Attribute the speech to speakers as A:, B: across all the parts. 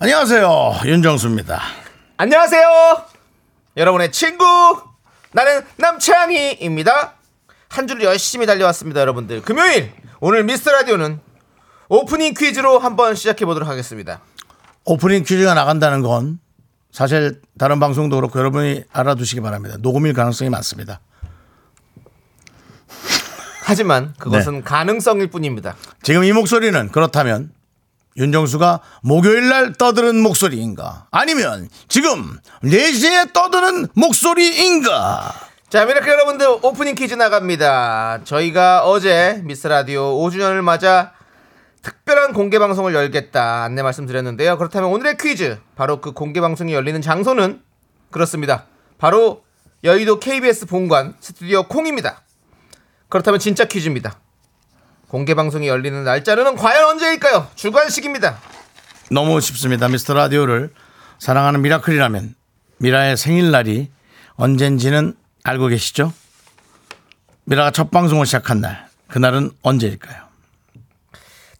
A: 안녕하세요 윤정수입니다
B: 안녕하세요. 여러분의 친구 나는 남창희입니다. 한 주를 열심히 달려왔습니다, 여러분들. 금요일 오늘 미스터 라디오는 오프닝 퀴즈로 한번 시작해 보도록 하겠습니다.
A: 오프닝 퀴즈가 나간다는 건 사실 다른 방송도 그렇고 여러분이 알아두시기 바랍니다 녹음일 가능성이 많습니다
B: 하지만 그것은 가능성일 뿐입니다.
A: 지금 이 목소리는 그렇다면 윤정수가 목요일날 떠드는 목소리인가 아니면 지금 4시에 떠드는 목소리인가
B: 자, 미라클 여러분들 오프닝 퀴즈 나갑니다. 저희가 어제 미스 라디오 5주년을 맞아 특별한 공개 방송을 열겠다 안내 말씀드렸는데요. 그렇다면 오늘의 퀴즈 바로 그 공개 방송이 열리는 장소는 그렇습니다. 바로 여의도 KBS 본관 스튜디오 콩입니다. 그렇다면 진짜 퀴즈입니다. 공개 방송이 열리는 날짜는 과연 언제일까요? 주관식입니다.
A: 너무 쉽습니다 미스터 라디오를 사랑하는 미라클이라면 미라의 생일날이 언젠지는 알고 계시죠? 미라가 첫 방송을 시작한 날 그날은 언제일까요?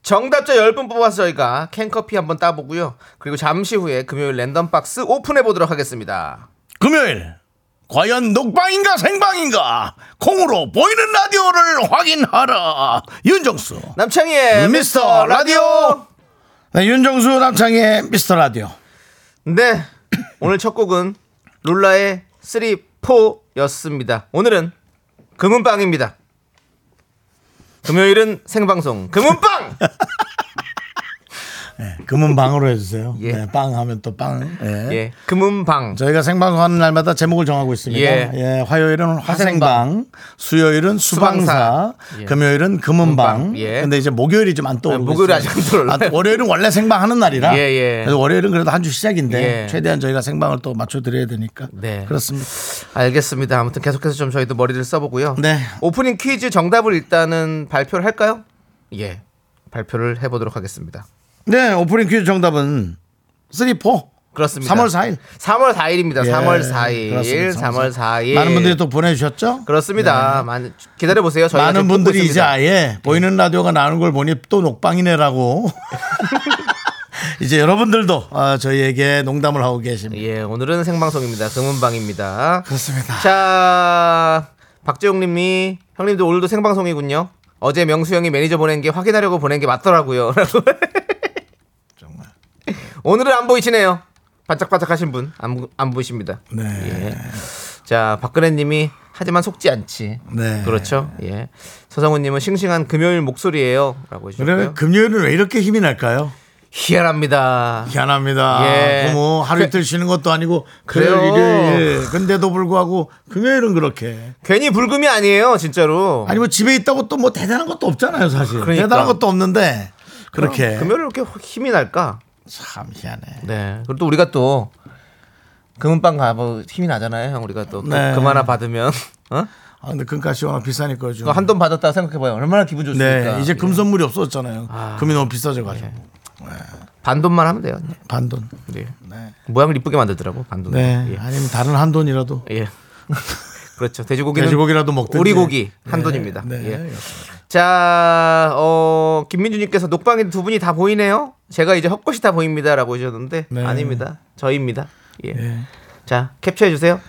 B: 정답자 10분 뽑아서 저희가 캔커피 한번 따보고요. 그리고 잠시 후에 금요일 랜덤 박스 오픈해 보도록 하겠습니다.
A: 금요일 과연 녹방인가 생방인가 콩으로 보이는 라디오를 확인하라 윤정수 음,
B: 남창희의 미스터 라디오.
A: 네, 윤정수 남창의 미스터 라디오
B: 네. 오늘 첫 곡은 룰라의 3, 4였습니다. 오늘은 금은빵입니다. 금요일은 생방송 금은빵!
A: 금은 방으로 해주세요
B: 예.
A: 네, 빵 하면 또빵
B: 예. 금은방.
A: 저희가 생방송하는 날마다 제목을 정하고 있습니다
B: 예.
A: 예, 화요일은 화생방 수요일은 수방사
B: 수방사. 예.
A: 금요일은 금은방
B: 금은방, 예.
A: 근데 이제 목요일이 좀 안 떠오르고
B: 목요일이
A: 있어요.
B: 아직 안 떠올라요.
A: 아, 월요일은 원래 생방하는 날이라
B: 예, 예.
A: 그래서 월요일은 그래도 한 주 시작인데
B: 예.
A: 최대한 저희가 생방을 또 맞춰드려야 되니까
B: 네.
A: 그렇습니다
B: 알겠습니다. 아무튼 계속해서 좀 저희도 머리를 써보고요.
A: 네.
B: 오프닝 퀴즈 정답을 일단은 발표를 할까요? 예. 발표를 해보도록 하겠습니다.
A: 네, 오프닝 퀴즈 정답은 3, 4.
B: 그렇습니다.
A: 3월 4일.
B: 3월 4일입니다.
A: 예,
B: 3월 4일.
A: 그렇습니다.
B: 3월 4일.
A: 많은 분들이 또 보내주셨죠?
B: 그렇습니다. 많은 기다려 보세요. 저희가
A: 많은
B: 지금 뽑고
A: 분들이 이제
B: 있습니다.
A: 아예 보이는 라디오가 나오는 걸 보니 또 녹방이네라고. 이제 여러분들도 아, 저희에게 농담을 하고 계십니다.
B: 예, 오늘은 생방송입니다. 금은방입니다.
A: 네. 그렇습니다.
B: 자, 박재용 님이 형님도 오늘도 생방송이군요. 어제 명수 형이 매니저 보낸 게 확인하려고 보낸 게 맞더라고요. 라고.
A: 정말.
B: 오늘은 안 보이시네요. 반짝반짝 하신 분, 안, 보- 안 보이십니다.
A: 네.
B: 예. 자, 박근혜 님이 하지만 속지 않지.
A: 네.
B: 그렇죠. 예. 서성훈 님은 싱싱한 금요일 목소리예요 라고
A: 그러면
B: 해주셨고요.
A: 금요일은 왜 이렇게 힘이 날까요?
B: 희한합니다.
A: 희한합니다.
B: 예.
A: 그뭐 하루 이틀 쉬는 것도 아니고
B: 그래요.
A: 그래요. 일요일. 근데도 불구하고 금요일은 그렇게.
B: 괜히 불금이 아니에요, 진짜로.
A: 아니 뭐 집에 있다고 또 뭐 대단한 것도 없잖아요, 사실.
B: 그러니까.
A: 대단한 것도 없는데 그렇게
B: 금요일 이렇게 확 힘이 날까?
A: 참 희한해.
B: 네. 그리고 또 우리가 또 금은방 가면 뭐 힘이 나잖아요, 형. 우리가 또, 또
A: 네.
B: 금 하나 받으면 어?
A: 아, 근데 금값이 워낙 비싸니까 요즘.
B: 한 돈 받았다 생각해봐요. 얼마나 기분 좋습니까? 예.
A: 네, 이제 금 선물이 없어졌잖아요.
B: 아.
A: 금이 너무 비싸져가지고
B: 반돈만 하면 돼요.
A: 반돈.
B: 네.
A: 네,
B: 모양을 이쁘게 만들더라고 반돈.
A: 네.
B: 예.
A: 아니면 다른 한돈이라도
B: 예. 그렇죠. 돼지고기는
A: 돼지고기라도 먹든지.
B: 오리 고기 한
A: 네,
B: 돈입니다.
A: 네,
B: 예.
A: 그렇습니다.
B: 자, 어, 김민주님께서 녹방인 두 분이 다 보이네요. 제가 이제 헛것이 다 보입니다라고 하셨는데
A: 네.
B: 아닙니다. 저입니다. 예.
A: 예.
B: 자, 캡처해 주세요.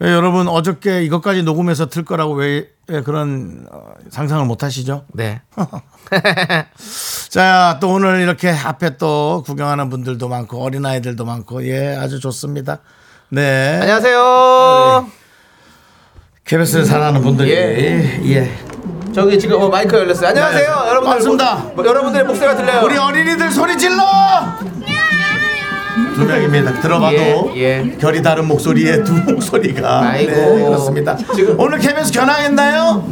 A: 왜 여러분 어저께 이것까지 녹음해서 틀 거라고 왜, 왜 그런 어, 상상을 못 하시죠?
B: 네.
A: 자, 또 오늘 이렇게 앞에 또 구경하는 분들도 많고 어린 아이들도 많고 예, 아주 좋습니다. 네,
B: 안녕하세요.
A: KBS를 사랑하는 분들
B: 예.
A: 예.
B: 저기 지금 어, 마이크 열렸어요. 안녕하세요.
A: 네,
B: 여러분들.
A: 반갑습니다.
B: 목- 뭐, 여러분들의 목소리가 들려요.
A: 우리 어린이들 소리 질러! 두 명입니다. 들어봐도
B: 예, 예.
A: 결이 다른 목소리에 두 목소리가
B: 아이고.
A: 네, 그렇습니다.
B: 지금-
A: 오늘 KBS 견항했나요?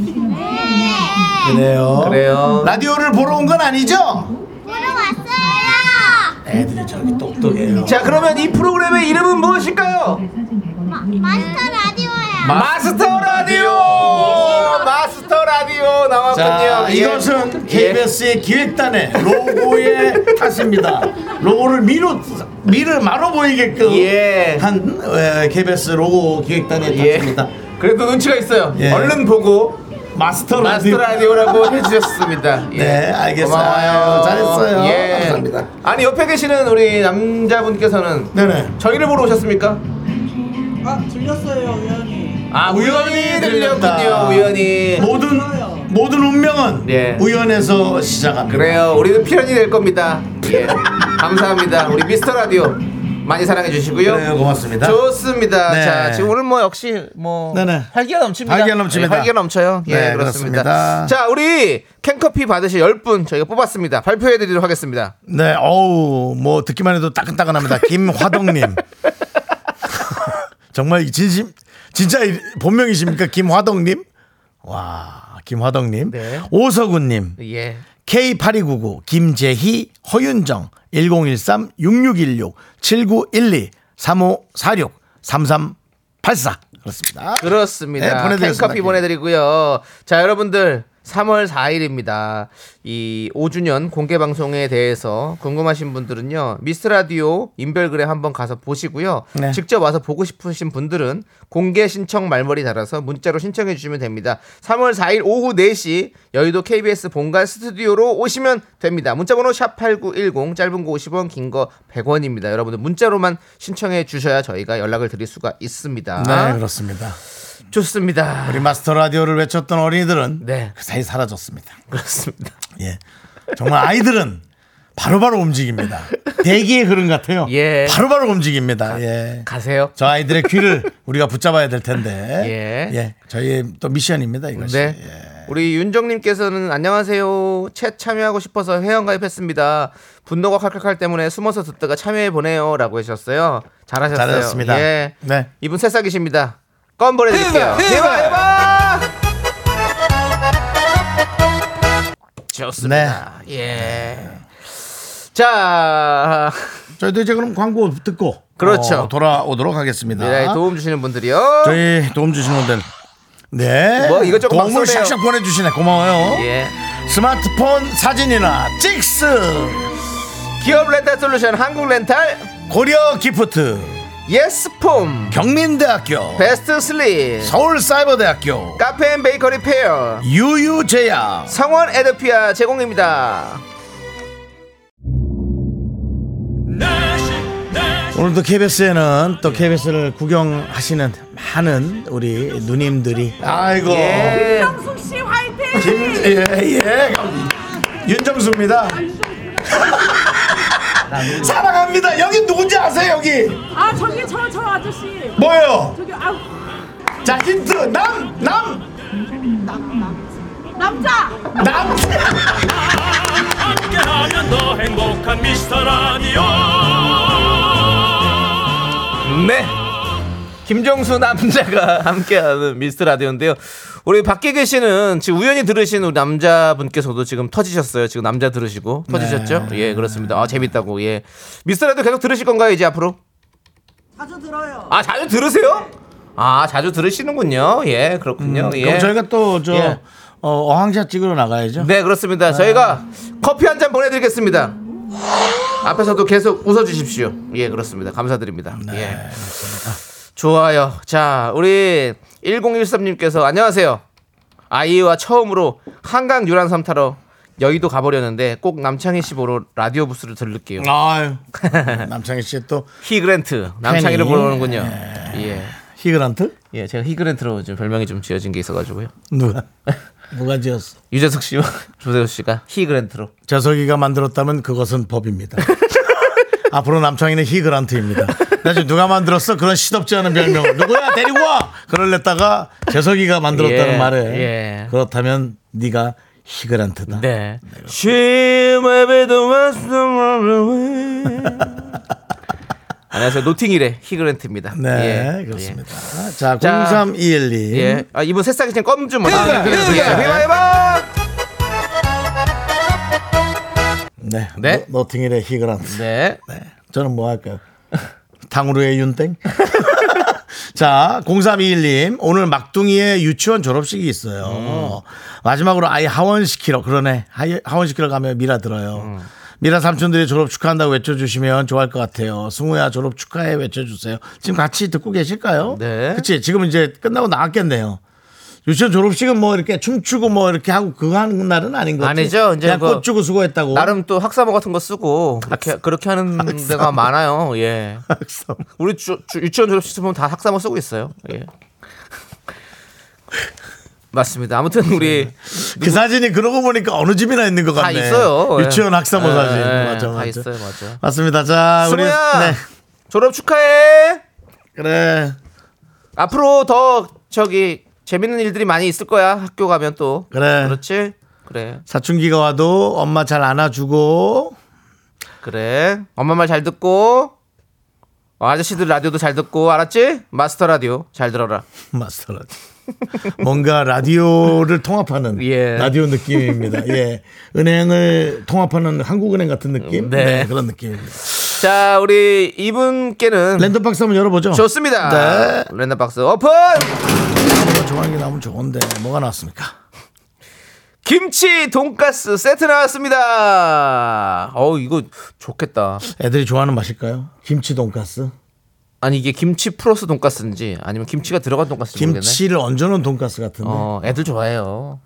A: 그래요.
B: 그래요.
A: 라디오를 보러 온 건 아니죠?
C: 들어왔어요.
A: 애들이 저렇게 똑똑해요.
B: 자 그러면 이 프로그램의 이름은 무엇일까요?
C: 마스터 라디오야.
B: 마스터 라디오 마스터 라디오
A: 자,
B: 나왔군요. 예.
A: 이것은
B: 예.
A: KBS의 기획단의 로고의 탓입니다. 로고를 미로, 미를 마로 보이게끔
B: 예.
A: 한 에, KBS 로고 기획단의
B: 예.
A: 탓입니다.
B: 그래도 눈치가 있어요.
A: 예.
B: 얼른 보고
A: 마스터
B: 마스터
A: 라디오.
B: 라디오라고 해주셨습니다. 예.
A: 네, 알겠어요.
B: 고마워요. 예.
A: 잘했어요. 감사합니다.
B: 아니 옆에 계시는 우리 남자분께서는
A: 네네.
B: 저희를 보러 오셨습니까?
D: 아 들렸어요 우연히
B: 아
A: 네,
B: 우연히 들렸군요. 우연히.
A: 모든 모든 운명은
B: 예.
A: 우연에서 시작합니다.
B: 그래요. 우리는 필연이 될 겁니다. 예. 감사합니다. 우리 미스터 라디오 많이 사랑해 주시고요.
A: 그래요, 네, 고맙습니다.
B: 좋습니다.
A: 네.
B: 자, 지금 오늘 뭐 역시 뭐
A: 네네.
B: 활기가 넘칩니다.
A: 활기가 넘칩니다.
B: 예, 활기가 넘쳐요. 예,
A: 네,
B: 그렇습니다.
A: 그렇습니다.
B: 자, 우리 캔커피 받으실 10분 저희가 뽑았습니다. 발표해 드리도록 하겠습니다.
A: 네, 어우, 뭐 듣기만 해도 따끈따끈합니다. 김화동님. 정말 진심, 진짜 이- 본명이십니까? 김화동님? 와, 김화동님.
B: 네.
A: 오서구님.
B: 예.
A: K8299, 김재희, 허윤정, 1013, 6616, 7912, 3546, 3384. 그렇습니다.
B: 그렇습니다.
A: 네, 보내드리겠습니다.
B: 캔커피 보내드리고요. 자, 여러분들. 3월 4일입니다. 이 5주년 공개 방송에 대해서 궁금하신 분들은요. 미스 라디오 인별그램 한번 가서 보시고요.
A: 네.
B: 직접 와서 보고 싶으신 분들은 공개 신청 말머리 달아서 문자로 신청해 주시면 됩니다. 3월 4일 오후 4시 여의도 KBS 본관 스튜디오로 오시면 됩니다. 문자 번호 샵8910 짧은 거 50원 긴 거 100원입니다. 여러분들 문자로만 신청해 주셔야 저희가 연락을 드릴 수가 있습니다.
A: 네, 그렇습니다.
B: 좋습니다.
A: 우리 마스터 라디오를 외쳤던 어린이들은
B: 네.
A: 그 사이 사라졌습니다.
B: 그렇습니다.
A: 예. 정말 아이들은 바로바로 움직입니다. 대기의 흐름 같아요.
B: 예.
A: 바로바로 움직입니다. 예.
B: 가세요.
A: 저 아이들의 귀를 우리가 붙잡아야 될 텐데.
B: 예.
A: 저희의 또 미션입니다, 이것이. 예.
B: 네. 우리 윤정님께서는 안녕하세요. 챗 참여하고 싶어서 회원가입했습니다. 분노가 칼칼칼 때문에 숨어서 듣다가 참여해보네요. 라고 해주셨어요. 잘하셨어요.
A: 잘하셨습니다.
B: 예.
A: 네.
B: 이분 새싹이십니다. 껌 보내드릴게요. 해봐, 해봐! 좋습니다. 예. 자,
A: 네. 저희도 이제 그럼 광고 듣고.
B: 그렇죠.
A: 어, 돌아오도록 하겠습니다.
B: 미라에 도움 주시는 분들이요.
A: 저희 도움 주시는 분들. 네.
B: 뭐 이것저것
A: 도움을
B: 막 쏘네요.
A: 샥샥 보내주시네. 고마워요.
B: 예.
A: 스마트폰 사진이나 찍스.
B: 기업 렌탈 솔루션 한국 렌탈
A: 고려 기프트.
B: 예스폼
A: 경민대학교.
B: 베스트 슬립
A: 서울사이버대학교.
B: 카페 앤 베이커리 페어
A: 유유제약.
B: 성원 에드피아 제공입니다
E: 네
A: 오늘도 KBS에는 또 KBS를 구경하시는 많은 우리 누님들이 아이고
B: 예.
A: 아, 예예 윤정수입니다. 사랑합니다. 여기 누군지 아세요 여기
F: 아 저기 저 저 아저씨
A: 뭐예요?
F: 저기 아
A: 자 힌트 남남
F: 남자
A: 남.
E: 함께하면 더 행복한 미스터 라디오
B: 네 김정수 남자가 함께하는 미스트 라디오인데요 우리 밖에 계시는 지금 우연히 들으신 우리 남자분께서도 지금 터지셨어요 지금 남자 들으시고 터지셨죠
A: 네.
B: 예 그렇습니다 아 재밌다고 예 미스트 라디오 계속 들으실 건가요 이제 앞으로
F: 자주 들어요
B: 아 자주 들으세요 아 자주 들으시는군요 예 그렇군요 예.
A: 음, 그럼 저희가 또 저
B: 예.
A: 어, 황자 찍으러 나가야죠.
B: 네 그렇습니다.
A: 아.
B: 저희가 커피 한 잔 보내드리겠습니다. 앞에서도 계속 웃어주십시오. 예 그렇습니다. 감사드립니다.
A: 네,
B: 예. 좋아요. 자 우리 1013님께서 안녕하세요. 아이와 처음으로 한강 유람선 타러 여의도 가보려는데 꼭 남창희 씨 보러 라디오 부스를 들를게요.
A: 아유 남창희 씨의 또
B: 히그랜트
A: 팬이. 네.
B: 남창희를 보러 오는군요. 예.
A: 히그란트
B: 예, 제가 히그랜트로 좀 별명이 좀 지어진 게 있어가지고요.
A: 누가 누가 지었어?
B: 유재석 씨와 조세호 씨가 히그랜트로.
A: 재석이가 만들었다면 그것은 법입니다. 앞으로 남창희는 히그란트입니다. 나 지금 누가 만들었어? 그런 시덥지 않은 별명을 누구야 데리고 와! 그럴랬다가 재석이가 만들었다는
B: 예,
A: 말에
B: 예.
A: 그렇다면 네가 히그란트다.
B: 네. She may be the one from far away. 안녕하세요. 노팅힐의 히그랜트입니다.
A: 네,
B: 예,
A: 그렇습니다. 자,
B: 자,
A: 03212.
B: 예. 예. 아, 이분 새싹이 지금 예. 껌좀 먹어. 해봐, 해봐.
A: 네.
B: 네?
A: 너, 팅힐의 히그란스.
B: 네.
A: 저는 뭐 할까요? 탕후루의 윤땡? 자, 0321님, 오늘 막둥이의 유치원 졸업식이 있어요. 마지막으로 아이 하원시키러, 그러네. 하이- 하원시키러 가면 미라 들어요. 미라 삼촌들이 졸업 축하한다고 외쳐주시면 좋아할 것 같아요. 승우야 졸업 축하해 외쳐주세요. 지금 같이 듣고 계실까요?
B: 네.
A: 그치. 지금 이제 끝나고 나왔겠네요. 유치원 졸업식은 뭐 이렇게 춤추고 뭐 이렇게 하고 그거 하는 날은 아닌 거지.
B: 아니죠. 이제
A: 그냥
B: 그거
A: 꽃 주고 수고했다고.
B: 나름 또 학사모 같은 거 쓰고 그렇게 그렇게 하는 데가 많아요. 예. 우리 주, 주- 유치원 졸업식 보면 다 학사모 쓰고 있어요. 예. 맞습니다. 아무튼 우리
A: 그 사진이 그러고 보니까 어느 집이나 있는 것
B: 다
A: 같네.
B: 있어요. 예.
A: 유치원 학사모
B: 예,
A: 사진.
B: 예,
A: 맞아,
B: 다
A: 맞아.
B: 있어요. 맞아.
A: 맞습니다. 자, 우리
B: 승우야
A: 네.
B: 졸업 축하해.
A: 그래.
B: 앞으로 더 저기 재밌는 일들이 많이 있을 거야. 학교 가면 또
A: 그래.
B: 그렇지. 그래
A: 사춘기가 와도 엄마 잘 안아주고
B: 그래 엄마 말 잘 듣고 어, 아저씨들 라디오도 잘 듣고 알았지? 마스터 라디오 잘 들어라.
A: 마스터 라디오. 뭔가 라디오를 통합하는
B: 예.
A: 라디오 느낌입니다. 예. 은행을 통합하는 한국은행 같은 느낌?
B: 네.
A: 그런 느낌입니다.
B: 자 우리 이분께는
A: 랜덤 박스 한번 열어보죠.
B: 좋습니다.
A: 네.
B: 랜덤 박스 오픈.
A: 뭐 좋아하는 게 나오면 좋은데 뭐가 나왔습니까?
B: 김치 돈가스 세트 나왔습니다. 어 이거 좋겠다.
A: 애들이 좋아하는 맛일까요? 김치 돈가스?
B: 아니 이게 김치 플러스 돈가스인지 아니면 김치가 들어간 돈가스인지 모르겠네.
A: 김치를 얹어놓은 돈가스 같은데.
B: 어, 애들 좋아해요.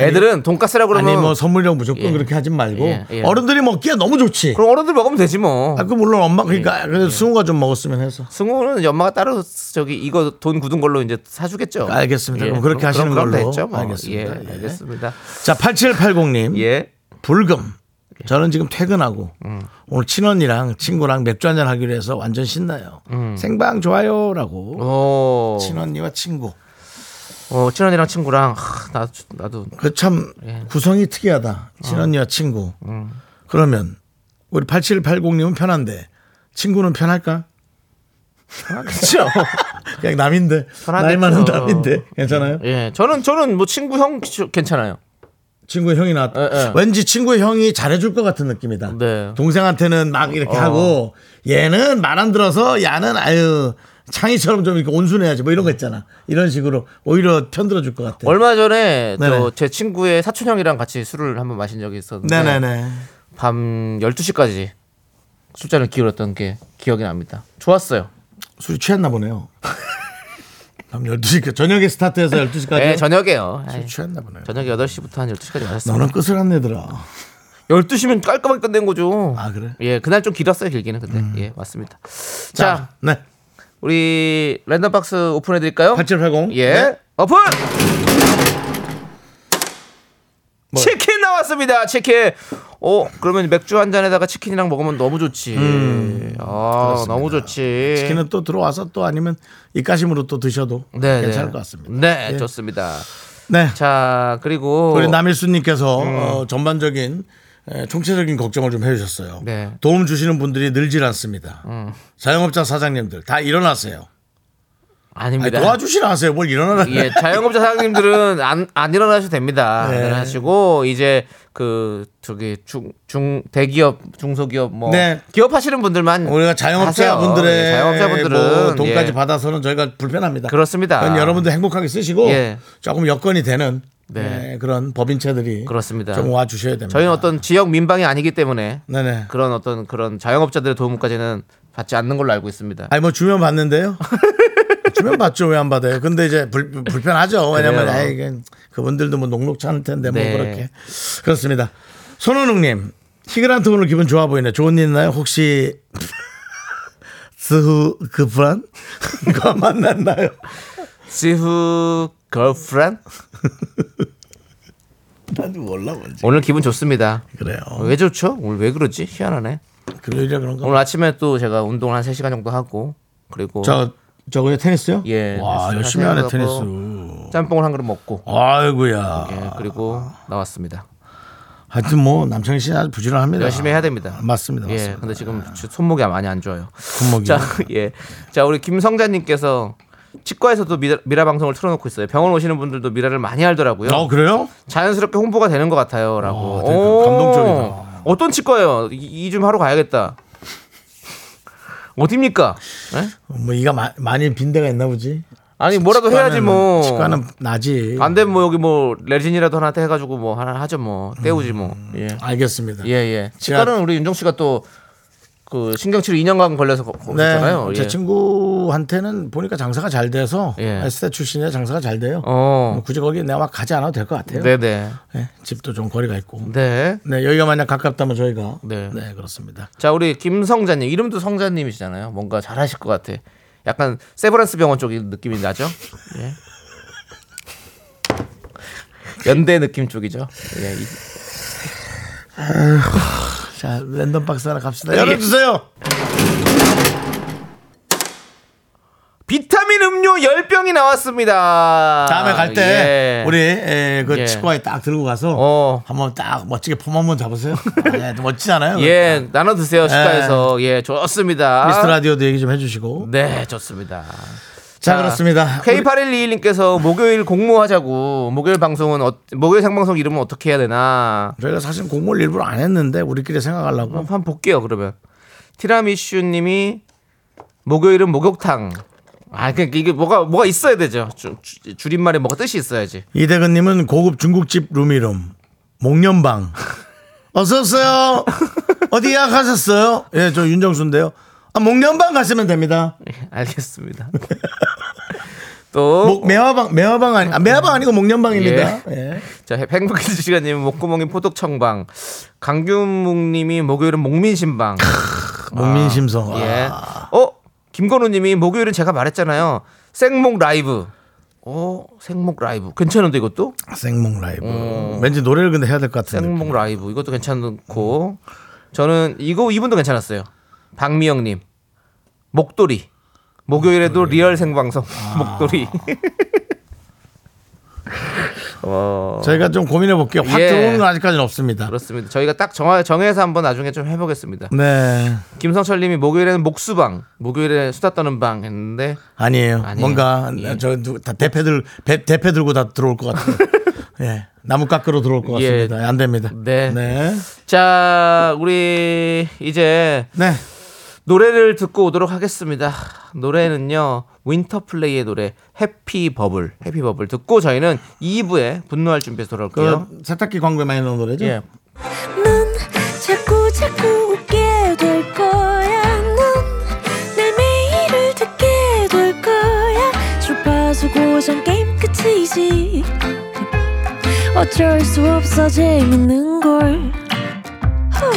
B: 애들은 돈가스라고 그러면
A: 아니 뭐 선물용 무조건
B: 어. 예.
A: 그렇게 하진 말고
B: 예, 예.
A: 어른들이 먹기에 너무 좋지.
B: 그럼 예. 어른들 먹으면 되지 뭐.
A: 아, 그 물론 엄마 그러니까 그래서 승우가 좀 먹었으면 해서.
B: 승우는 엄마가 따로 저기 이거 돈 굳은 걸로 이제 사주겠죠. 예.
A: 알겠습니다. 그럼 그렇게 하시는
B: 그럼
A: 걸로.
B: 됐죠, 뭐.
A: 알겠습니다.
B: 예,
A: 예.
B: 알겠습니다.
A: 자, 8780님.
B: 예. 음.
A: 불금. 저는 지금 퇴근하고 오늘 친언니랑 친구랑 맥주 한잔 하기로 해서 완전 신나요.
B: 음.
A: 생방
B: 어.
A: 좋아요라고.
B: 오.
A: 친언니와 친구.
B: 어, 친언니랑 친구랑 하, 나도 나도
A: 그 참
B: 예.
A: 구성이 특이하다.
B: 어.
A: 친언니와 친구.
B: 음.
A: 그러면 우리 8780님은 편한데 친구는 편할까? 그렇죠. 그냥 남인데 나이
B: 편하겠죠.
A: 많은 남인데 괜찮아요?
B: 예. 저는 저는 뭐 친구 형 저- 괜찮아요.
A: 친구의 형이 나왔다.
B: 예, 예.
A: 왠지 친구의 형이 잘해줄 것 같은 느낌이다.
B: 네. 어.
A: 동생한테는 막 이렇게 하고 얘는 말 안 들어서 야는 아유 창희처럼 좀 이렇게 온순해야지 뭐 이런 거 있잖아. 이런 식으로 오히려 편들어줄 것 같아.
B: 얼마 전에 저
A: 네. 네네.
B: 제 친구의 사촌 형이랑 같이 술을 한번 마신 적이 있었는데
A: 네네네.
B: 밤 12시까지 술자리를 기울였던 게 기억이 납니다. 좋았어요.
A: 술이 취했나 보네요. 밤 12시까지 그 저녁에 스타트해서 12시까지
B: 예, 저녁에요. 아이,
A: 취했나 보네요.
B: 저녁 8시부터 한 12시까지 마셨어요.
A: 너는 끝을 안 내더라.
B: 12시면 깔끔하게 끝낸 거죠.
A: 아, 그래? 음.
B: 예, 그날 좀 길었어요, 길기는. 근데. 예, 맞습니다. 자,
A: 네.
B: 우리 랜덤 박스 오픈해 드릴까요?
A: 8780.
B: 예.
A: 네.
B: 오픈! 치킨 나왔습니다. 치킨. 어, 그러면 맥주 한 잔에다가 치킨이랑 먹으면 너무 좋지. 아, 너무 좋지.
A: 음, 치킨은 또 들어와서 또 아니면 입가심으로 또 드셔도
B: 네,
A: 괜찮을
B: 네.
A: 것 같습니다.
B: 네,
A: 예.
B: 좋습니다.
A: 네.
B: 자, 그리고
A: 우리 남일수님께서
B: 음.
A: 어, 전반적인 에, 총체적인 걱정을 좀 해주셨어요.
B: 네. 음.
A: 도움 주시는 분들이 늘질 않습니다. 자영업자 사장님들 다 일어나세요. 아니,
B: 아닙니다.
A: 도와주시라 하세요. 뭘 일어나라.
B: 네. 예, 자영업자 사장님들은 안, 안 일어나셔도 됩니다.
A: 네.
B: 안 일어나시고 이제 그 저기 중, 중 대기업, 중소기업 뭐
A: 네.
B: 기업 하시는 분들만
A: 우리가 자영업자
B: 하세요.
A: 분들의
B: 예, 자영업자분들은
A: 뭐 돈까지
B: 예,
A: 받아서는 저희가 불편합니다.
B: 그렇습니다.
A: 그건 여러분도 행복하게 쓰시고
B: 예.
A: 조금 여건이 되는
B: 네.
A: 예, 그런 법인체들이
B: 그렇습니다.
A: 좀 와주셔야 됩니다.
B: 저희는 어떤 지역 민방이 아니기 때문에
A: 네네.
B: 그런 어떤 그런 자영업자들의 도움까지는 받지 않는 걸로 알고 있습니다.
A: 아니 뭐 주면 받는데요. 주면 받죠 왜 안 받아요? 근데 이제 불, 불편하죠. 왜냐면
B: 그래요.
A: 아이 그- 그분들도 뭐 녹록치 않을 텐데 뭐
B: 네.
A: 그렇게 그렇습니다. 손원웅님 히그란트 오늘 기분 좋아 보이네. 좋은 일 있나요? 혹시 스후 그분과 만났나요?
B: 시후 걸프렌드
A: 난 몰라 뭔지
B: 오늘 기분 좋습니다.
A: 그래요.
B: 어, 왜 어. 좋죠? 오늘 왜 그러지? 희한하네.
A: 금요일이라 그런가?
B: 오늘 아침에 또 제가 운동을 한 3시간 정도 하고 그리고
A: 저 저거요 테니스요?
B: 예,
A: 와
B: 테니스
A: 열심히
B: 하시는
A: 하네
B: 거
A: 테니스.
B: 짬뽕을 한 그릇 먹고
A: 아이고야.
B: 예, 그리고 나왔습니다.
A: 하여튼 뭐 남창희 씨는 아주 부지런합니다.
B: 열심히 해야 됩니다.
A: 네. 맞습니다.
B: 예,
A: 맞습니다.
B: 근데 지금 손목이 많이 안 좋아요.
A: 손목이요?
B: 자, 예. 자, 우리 김성자님께서 치과에서도 미라, 미라 방송을 틀어놓고 있어요. 병원 오시는 분들도 미라를 많이 알더라고요.
A: 어 그래요?
B: 자연스럽게 홍보가 되는 것 같아요. 라고.
A: 어, 되게 감동적이다.
B: 오, 어떤 치과예요? 이 좀 하러 가야겠다. 어딥니까? 네?
A: 뭐 이가 마- 많이 빈 데가 있나 보지.
B: 아니 뭐라도 해야지
A: 치과는-
B: 뭐.
A: 치과는 나지.
B: 안 되면 뭐 여기 뭐 레진이라도 하나 해가지고 뭐 하나 하죠 뭐 때우지 뭐.
A: 음.
B: 예.
A: 알겠습니다. 네,
B: 예, 예. 치과는 우리 윤정 씨가 또 그 신경치료 2년간 걸려서 거- 거기 있잖아요.
A: 네. 제
B: 예.
A: 친구한테는 보니까 장사가 잘 돼서
B: 예.
A: 에스테 출신이라 장사가 잘 돼요.
B: 어.
A: 뭐 굳이 거기 내가 막 가지 않아도 될 것 같아요.
B: 네, 네.
A: 예, 집도 좀 거리가 있고.
B: 네.
A: 네, 여기가 만약 가깝다면 저희가
B: 네.
A: 네, 그렇습니다.
B: 자, 우리 김성자님. 이름도 성자님이시잖아요. 뭔가 잘하실 것 같아. 약간 세브란스 병원 쪽 느낌이 나죠? 예. 연대 느낌 쪽이죠. 예. 이-
A: 자, 랜덤 박스 하나 갑시다.
B: 예.
A: 열어주세요.
B: 비타민 음료 10병이 나왔습니다.
A: 다음에 갈 때
B: 예.
A: 우리 에, 그
B: 예.
A: 치과에 딱 들고 가서
B: 어.
A: 한번 딱 멋지게 폼 한번 잡으세요. 아, 예, 멋지잖아요.
B: 예, 나눠 드세요. 식사에서. 예, 좋습니다.
A: 그러니까. 미스터 라디오도 얘기 좀 해주시고.
B: 네, 좋습니다.
A: 자, 그렇습니다. 우리-
B: K8121님께서 목요일 공모하자고 목요일 방송은 어- 목요일 생방송 이름은 어떻게 해야 되나
A: 저희가 사실 공모를 일부러 안 했는데 우리끼리 생각하려고.
B: 한번 볼게요 그러면 티라미슈님이 목요일은 목욕탕 아 그러니까 이게 뭐가 뭐가 있어야 되죠 주- 주- 줄임말에 뭐가 뜻이 있어야지
A: 이대근님은 고급 중국집 루미룸 목련방 어서 오세요 어디 예약하셨어요? 예 저 윤정수인데요 아 목련방 가시면 됩니다
B: 예, 알겠습니다 또
A: 목 매화방 매화방 아니 아, 매화방 아니고 목련방입니다 예.
B: 자, 행복해질 시간님 목구멍이 포독청방, 강균묵님이 목요일은 목민신방,
A: 목민심성 아,
B: 예. 어? 김건우님이 목요일은 제가 말했잖아요. 생목 라이브. 어? 생목 라이브. 괜찮은데 이것도?
A: 생목 라이브 왠지 노래를 근데 해야 될 것 같은데
B: 어. 생목 라이브. 이것도 괜찮고. 저는 이거 이분도 괜찮았어요. 박미영님 목도리. 목요일에도 리얼 아. 생방송 목도리. 어
A: 저희가 좀 고민해 볼게요 확
B: 예.
A: 들어오는 건 아직까지는 없습니다
B: 그렇습니다. 저희가 딱 정하, 정해서 한번 나중에 좀 해보겠습니다.
A: 네
B: 김성철님이 목요일에는 목수방, 목요일에 수다 떠는 방 했는데
A: 아니에요
B: 아니에요.
A: 뭔가
B: 예.
A: 저 다 대패들 배- 대패 들고 다 들어올 것 같아요 예 나무 깎으러 들어올 것
B: 예.
A: 같습니다 안 됩니다
B: 네.
A: 네.
B: 자 우리 이제
A: 네.
B: 노래를 듣고 오도록 하겠습니다. 노래는요 윈터플레이의 노래 해피 버블 해피 버블 듣고 저희는 2부에 분노할
A: 그
B: 준비해서 돌아올게요.
A: 세탁기 광고에 많이 나온 노래죠?
B: 예.
G: 넌 자꾸 자꾸 웃게 될 거야. 넌내 매일을 듣게 될 거야. 주파수 고정 게임 끝이지. 어쩔 수 없어 재밌는 걸. 후.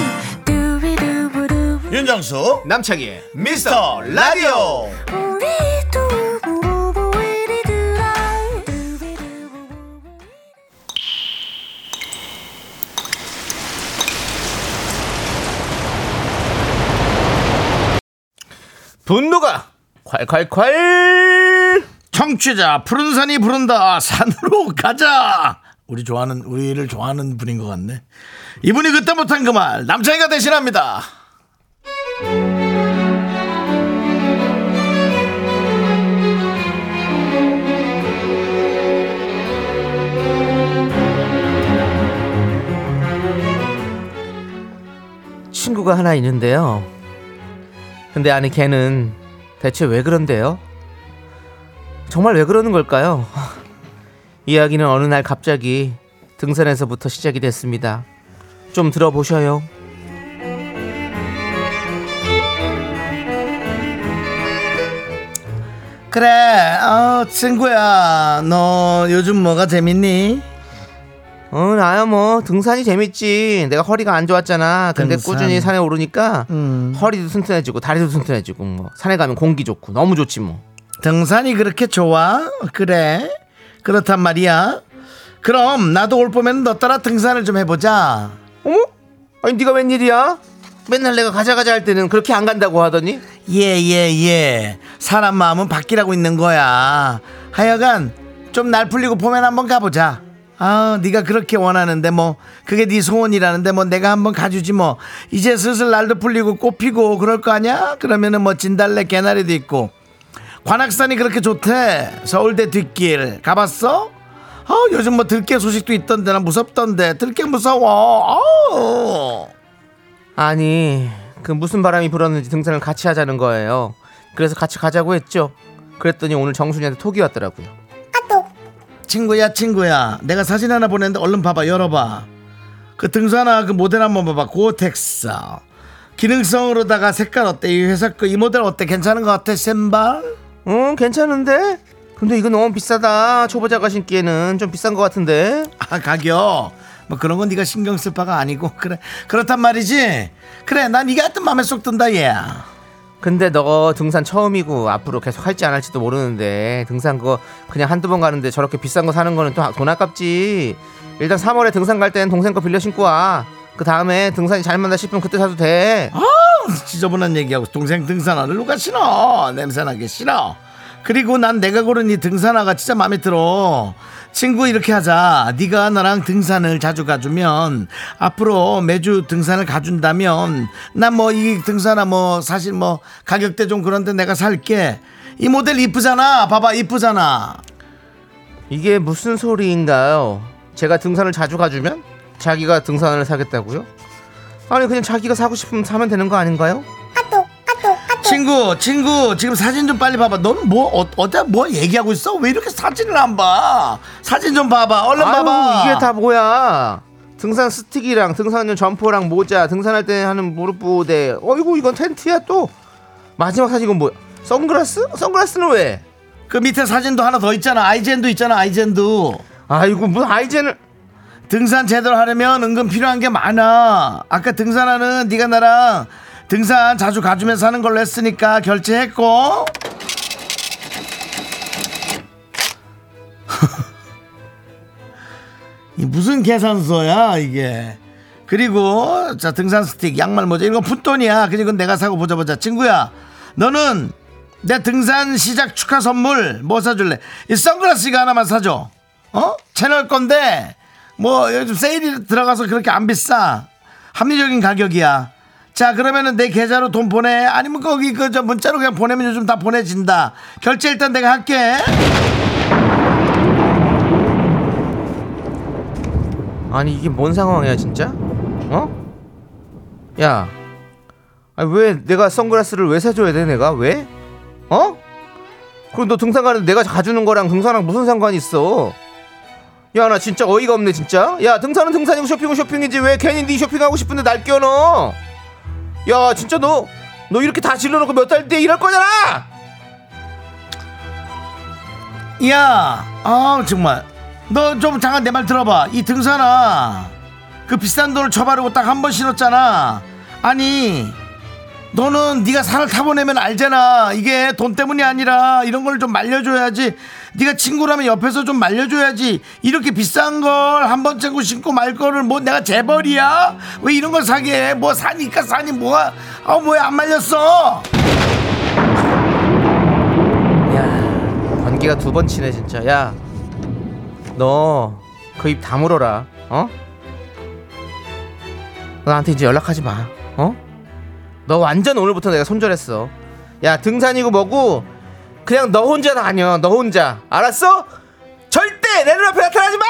G: 두비두부두부.
A: 윤정수
B: 남창희
A: 미스터 라디오
G: 우리 두부부부 우리 두라. 두비두부부부.
B: 분노가 콸콸콸
A: 청취자 푸른산이 부른다 산으로 가자 우리 좋아하는 우리를 좋아하는 분인 것 같네 이분이 그때 못한 그 말 남창이가 대신합니다
B: 친구가 하나 있는데요. 근데 아니 걔는 대체 왜 그런데요? 정말 왜 그러는 걸까요? 이야기는 어느 날 갑자기 등산에서부터 시작이 됐습니다. 좀 들어보셔요.
A: 그래 어, 친구야 너 요즘 뭐가 재밌니?
B: 어 나야 뭐 등산이 재밌지. 내가 허리가 안 좋았잖아. 근데
A: 등산. 음.
B: 꾸준히 산에 오르니까 허리도 튼튼해지고 다리도 튼튼해지고 뭐 산에 가면 공기 좋고 너무 좋지 뭐.
A: 등산이 그렇게 좋아? 그래 그렇단 말이야 그럼 나도 올 봄에는 너 따라 등산을 좀 해보자
B: 어머? 아니 네가 웬일이야? 맨날 내가 가자 가자 할 때는 그렇게 안 간다고 하더니
A: 예예예 사람 마음은 바뀌라고 있는 거야 하여간 좀 날 풀리고 봄엔 한번 가보자 아 네가 그렇게 원하는데 뭐 그게 네 소원이라는데 뭐 내가 한번 가주지 뭐 이제 슬슬 날도 풀리고 꽃 피고 그럴 거 아니야 그러면은 뭐 진달래 개나리도 있고 관악산이 그렇게 좋대 서울대 뒷길 가봤어? 아 요즘 뭐 들깨 소식도 있던데 나 무섭던데 들깨 무서워 아우.
B: 아니 그 무슨 바람이 불었는지 등산을 같이 하자는 거예요. 그래서 같이 가자고 했죠. 그랬더니 오늘 정순이한테 톡이 왔더라고요.
A: 친구야 친구야 내가 사진 하나 보냈는데 얼른 봐봐 열어봐 그 등산화 그 모델 한번 봐봐 고텍스 기능성으로다가 색깔 어때 이 회사 거 이 모델 어때 괜찮은 것 같아 센발
B: 응 괜찮은데? 근데 이거 너무 비싸다. 초보자가 신기에는 좀 비싼 것 같은데.
A: 아 가격 뭐 그런 건 네가 신경 쓸 바가 아니고 그래 그렇단 말이지 그래 난 이게 하여튼 맘에 쏙 든다 얘
B: 근데 너 등산 처음이고 앞으로 계속 할지 안 할지도 모르는데 등산 그거 그냥 한두 번 가는데 저렇게 비싼 거 사는 거는 또 돈 아깝지. 일단 3월에 등산 갈 땐 동생 거 빌려 신고 와. 그 다음에 등산이 잘 맞나 싶으면 그때 사도 돼.
A: 지저분한 얘기하고 동생 등산화를 누가 신어 냄새나게 신어 그리고 난 내가 고른 이 등산화가 진짜 마음에 들어 친구 이렇게 하자 네가 나랑 등산을 자주 가주면 앞으로 매주 등산을 가준다면 난 뭐 이 등산화 뭐 사실 뭐 가격대 좀 그런데 내가 살게 이 모델 이쁘잖아 봐봐 이쁘잖아
B: 이게 무슨 소리인가요? 제가 등산을 자주 가주면 자기가 등산을 사겠다고요? 아니 그냥 자기가 사고 싶으면 사면 되는 거 아닌가요?
A: 친구 친구 지금 사진 좀 빨리 봐봐 넌 뭐 어, 어디야 뭐 얘기하고 있어 왜 이렇게 사진을 안 봐 사진 좀 봐봐 얼른 봐봐
B: 아유, 이게 다 뭐야? 등산 스틱이랑 등산용 점퍼랑 모자, 등산할 때 하는 무릎 보호대. 어이구 이건 텐트야 또. 마지막 사진 이건 뭐야? 선글라스? 선글라스는 왜?
A: 그 밑에 사진도 하나 더 있잖아. 아이젠도 있잖아. 아이젠도.
B: 아이고 무슨 아이젠을
A: 등산 제대로 하려면 은근 필요한 게 많아. 아까 등산하는 네가 나랑 등산 자주 가주면서 하는 걸로 했으니까 결제했고. 이 무슨 계산서야 이게. 그리고 자 등산 스틱, 양말 모자 이거 푼돈이야. 그냥 이건 내가 사고 보자 보자. 친구야, 너는 내 등산 시작 축하 선물 뭐 사줄래? 이 선글라스 이거 하나만 사줘. 어? 채널 건데 뭐 요즘 세일이 들어가서 그렇게 안 비싸. 합리적인 가격이야. 자 그러면은 내 계좌로 돈 보내 아니면 거기 그 저 문자로 그냥 보내면 요즘 다 보내진다 결제 일단 내가 할게
B: 아니 이게 뭔 상황이야 진짜? 어? 야, 아니 왜 내가 선글라스를 왜 사줘야 돼 내가 왜? 어? 그럼 너 등산 가는데 내가 가주는 거랑 등산랑 무슨 상관이 있어? 야 나 진짜 어이가 없네 진짜. 야 등산은 등산이고 쇼핑은 쇼핑이지 왜 괜히 네 쇼핑하고 싶은데 날 껴넣어? 야 진짜 너 너 이렇게 다 질러놓고 몇 달 뒤에 이럴 거잖아.
A: 야, 아 정말 너 좀 잠깐 내 말 들어봐. 이 등산아, 그 비싼 돈을 쳐바르고 딱 한 번 신었잖아. 아니, 너는 네가 산을 타보내면 알잖아. 이게 돈 때문이 아니라 이런 걸 좀 말려줘야지. 네가 친구라면 옆에서 좀 말려줘야지. 이렇게 비싼 걸 한 번 채고 신고 말 거를 뭐 내가 재벌이야? 왜 이런 걸 사게 해? 뭐 사니까 사니 뭐가? 아 뭐야 안 말렸어?
B: 번개가 두 번 치네 진짜 야 너 그 입 다물어라 어? 너 나한테 이제 연락하지 마 어? 너 완전 오늘부터 내가 손절했어 야 등산이고 뭐고 그냥 너 혼자 다녀 너 혼자 알았어? 절대 내 눈앞에 나타나지 마!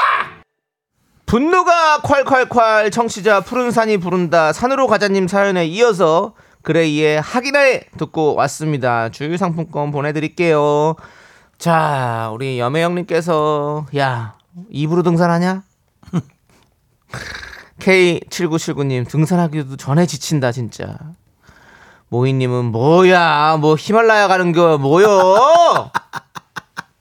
B: 분노가 콸콸콸 청취자 푸른산이 부른다 산으로 가자님 사연에 이어서 그레이의 하기나에 듣고 왔습니다 주유상품권 보내드릴게요 자, 우리 여매형님께서 야 입으로 등산하냐? K7979님 등산하기도 전에 지친다 진짜. 모이님은 뭐야 뭐 히말라야 가는 거 뭐요?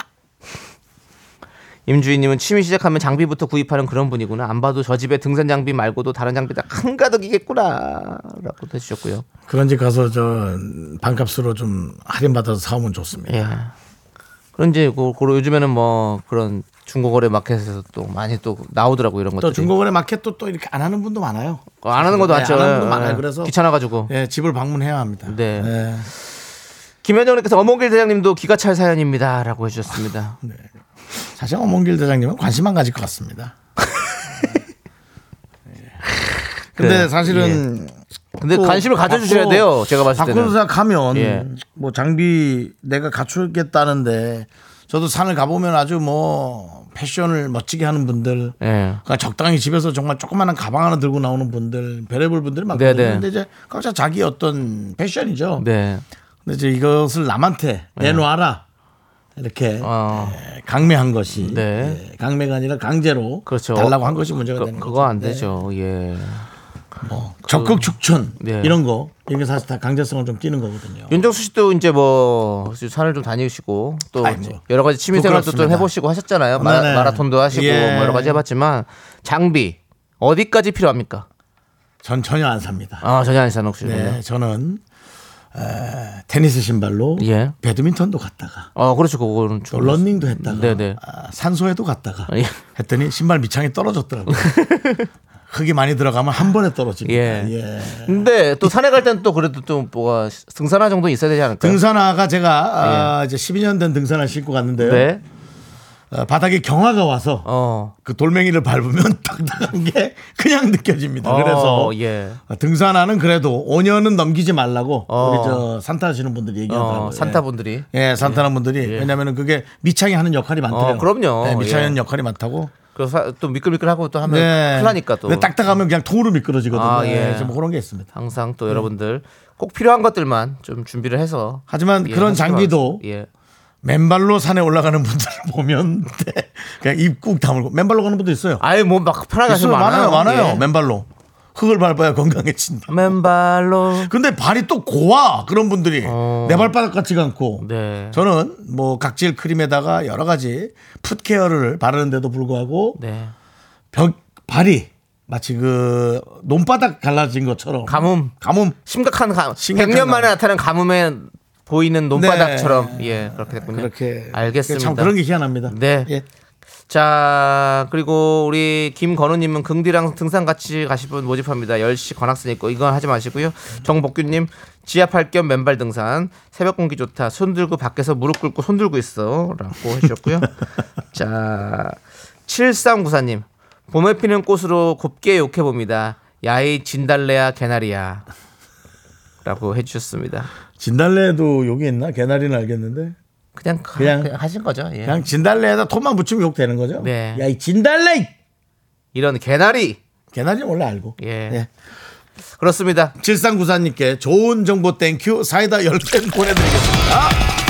B: 임주희님은 취미 시작하면 장비부터 구입하는 그런 분이구나. 안 봐도 저 집에 등산 장비 말고도 다른 장비 다 한가득이겠구나라고 해주셨고요.
A: 그런 집 가서 저 반값으로 좀 할인 받아서 사오면 좋습니다.
B: 예. 그런지 고, 고 요즘에는 뭐 그런 중고거래 마켓에서 또 많이 또 나오더라고 이런 것들이.
A: 또 중고거래 마켓도 또 이렇게 안 하는 분도 많아요.
B: 어, 안 하는 것도
A: 네,
B: 맞죠.
A: 안 하는 것도
B: 예.
A: 많아요. 그래서
B: 귀찮아가지고.
A: 예, 집을 방문해야 합니다.
B: 네.
A: 예.
B: 김현정님께서 어몽길 대장님도 기가 찰 사연입니다라고
A: 아,
B: 해주셨습니다.
A: 네. 사실 어몽길 대장님은 관심 안 가질 것 같습니다. 예. 근데
B: 그래요.
A: 사실은
B: 네. 예. 근데
A: 또
B: 관심을 가져주셔야
A: 바꿔-
B: 돼요. 제가 봤을 예.
A: 바꿔서
B: 때는.
A: 생각하면
B: 예.
A: 뭐 장비 내가 갖추겠다는데 저도 산을 가보면 아주 뭐 패션을 멋지게 하는 분들
B: 예.
A: 그러니까 적당히 집에서 정말 조그마한 가방 하나 들고 나오는 분들 베레볼 분들이 많거든요
B: 네네.
A: 근데 이제 각자 자기 어떤 패션이죠
B: 네.
A: 근데 이제 이것을 남한테 내놓아라 이렇게
B: 어.
A: 예, 강매한 것이
B: 네.
A: 예, 강매가 아니라 강제로
B: 그렇죠.
A: 달라고 한 것이 문제가
B: 그,
A: 되는
B: 그거 안
A: 거죠. 네.
B: 되죠. 예.
A: 뭐 적극 추천
B: 네.
A: 이런 거 이게 사실 다 강제성을 좀 띠는 거거든요.
B: 윤정수 씨도 이제 뭐 산을 좀 다니시고 또
A: 아이, 뭐.
B: 여러 가지 취미 생활도 좀
A: 부끄럽습니다.
B: 해보시고 하셨잖아요. 마,
A: 네, 네.
B: 마라톤도 하시고
A: 예.
B: 뭐 여러 가지 해봤지만 장비 어디까지 필요합니까?
A: 전 전혀 안 삽니다.
B: 아 전혀 안 사는 혹시.
A: 네, 저는 에, 테니스 신발로
B: 예.
A: 배드민턴도 갔다가
B: 어 그렇죠. 그거는
A: 또
B: 좀.
A: 런닝도 했다가
B: 네네.
A: 아, 산소에도 갔다가
B: 예.
A: 했더니 신발 밑창이 떨어졌더라고요. 흙이 많이 들어가면 한 번에 떨어집니다.
B: 예.
A: 예.
B: 근데 또 산에 갈 때는 또 그래도 또 뭐가 등산화 정도 있어야 되지 않을까요?
A: 등산화가 제가 아, 이제 12년 된 등산화 신고 갔는데요.
B: 예. 네.
A: 어, 바닥에 경화가 와서
B: 어.
A: 그 돌멩이를 밟으면 딱딱한 게 그냥 느껴집니다.
B: 어,
A: 아, 그래서
B: 예.
A: 등산화는 그래도 5년은 넘기지 말라고
B: 어.
A: 우리 저 산타 하시는 분들이 얘기하더라고요.
B: 어, 산타분들이.
A: 예, 예, 산타는 분들이 왜냐면은 그게 미창이 하는 역할이 많대요.
B: 어, 그럼요.
A: 예, 미창이
B: 예.
A: 하는 역할이 많다고.
B: 그래서 또 미끌미끌하고 또 하면
A: 네.
B: 큰일 나니까 또.
A: 근데 딱딱하면 그냥 통으로 미끄러지거든요.
B: 아, 예.
A: 예. 좀 그런 게 있습니다.
B: 항상 또 여러분들 꼭 필요한 것들만 좀 준비를 해서
A: 하지만
B: 예,
A: 그런
B: 하시기
A: 장비도
B: 바랍니다. 예.
A: 맨발로 산에 올라가는 분들을 보면 네, 그냥 입꾹 다물고 맨발로 가는 분도 있어요.
B: 아예 뭐 막 편하게 하시면
A: 있어요. 많아요, 많아요.
B: 예.
A: 맨발로 흙을 밟아야 건강해진다.
B: 맨발로
A: 근데 발이 또 고와 그런 분들이
B: 어.
A: 내 발바닥 같지가 않고
B: 네.
A: 저는 뭐 각질 크림에다가 여러 가지 풋 케어를 바르는데도 불구하고
B: 네.
A: 벽 발이 마치 그 논바닥 갈라진 것처럼
B: 가뭄
A: 가뭄
B: 심각한 가뭄
A: 심각한
B: 100년
A: 가뭄.
B: 만에 나타난 가뭄에 보이는 논바닥처럼 예 그렇게 됐군요
A: 네. 그렇게
B: 알겠습니다
A: 참 그런 게 희한합니다.
B: 네.
A: 예.
B: 자 그리고 우리 김건우님은 긍디랑 등산 같이 가시분 모집합니다 10시 관악산 있고 이건 하지 마시고요 정복규님 지압할 겸 맨발 등산 새벽 공기 좋다 손 들고 밖에서 무릎 꿇고 손 들고 있어 라고 해주셨고요 자 7394님 봄에 피는 꽃으로 곱게 욕해봅니다 야이 진달래야 개나리야 라고 해주셨습니다
A: 진달래도 여기 있나? 개나리는 알겠는데
B: 그냥, 가-
A: 그냥-
B: 그냥, 하신 거죠 예.
A: 그냥 진달래에다 톱만 붙이면 욕 되는 거죠?
B: 네.
A: 야 이 진달래
B: 이런 개나리
A: 개나리는 원래 알고.
B: 예.
A: 예.
B: 그렇습니다
A: 7394님께 좋은 정보 땡큐 사이다 10캔 보내드리겠습니다.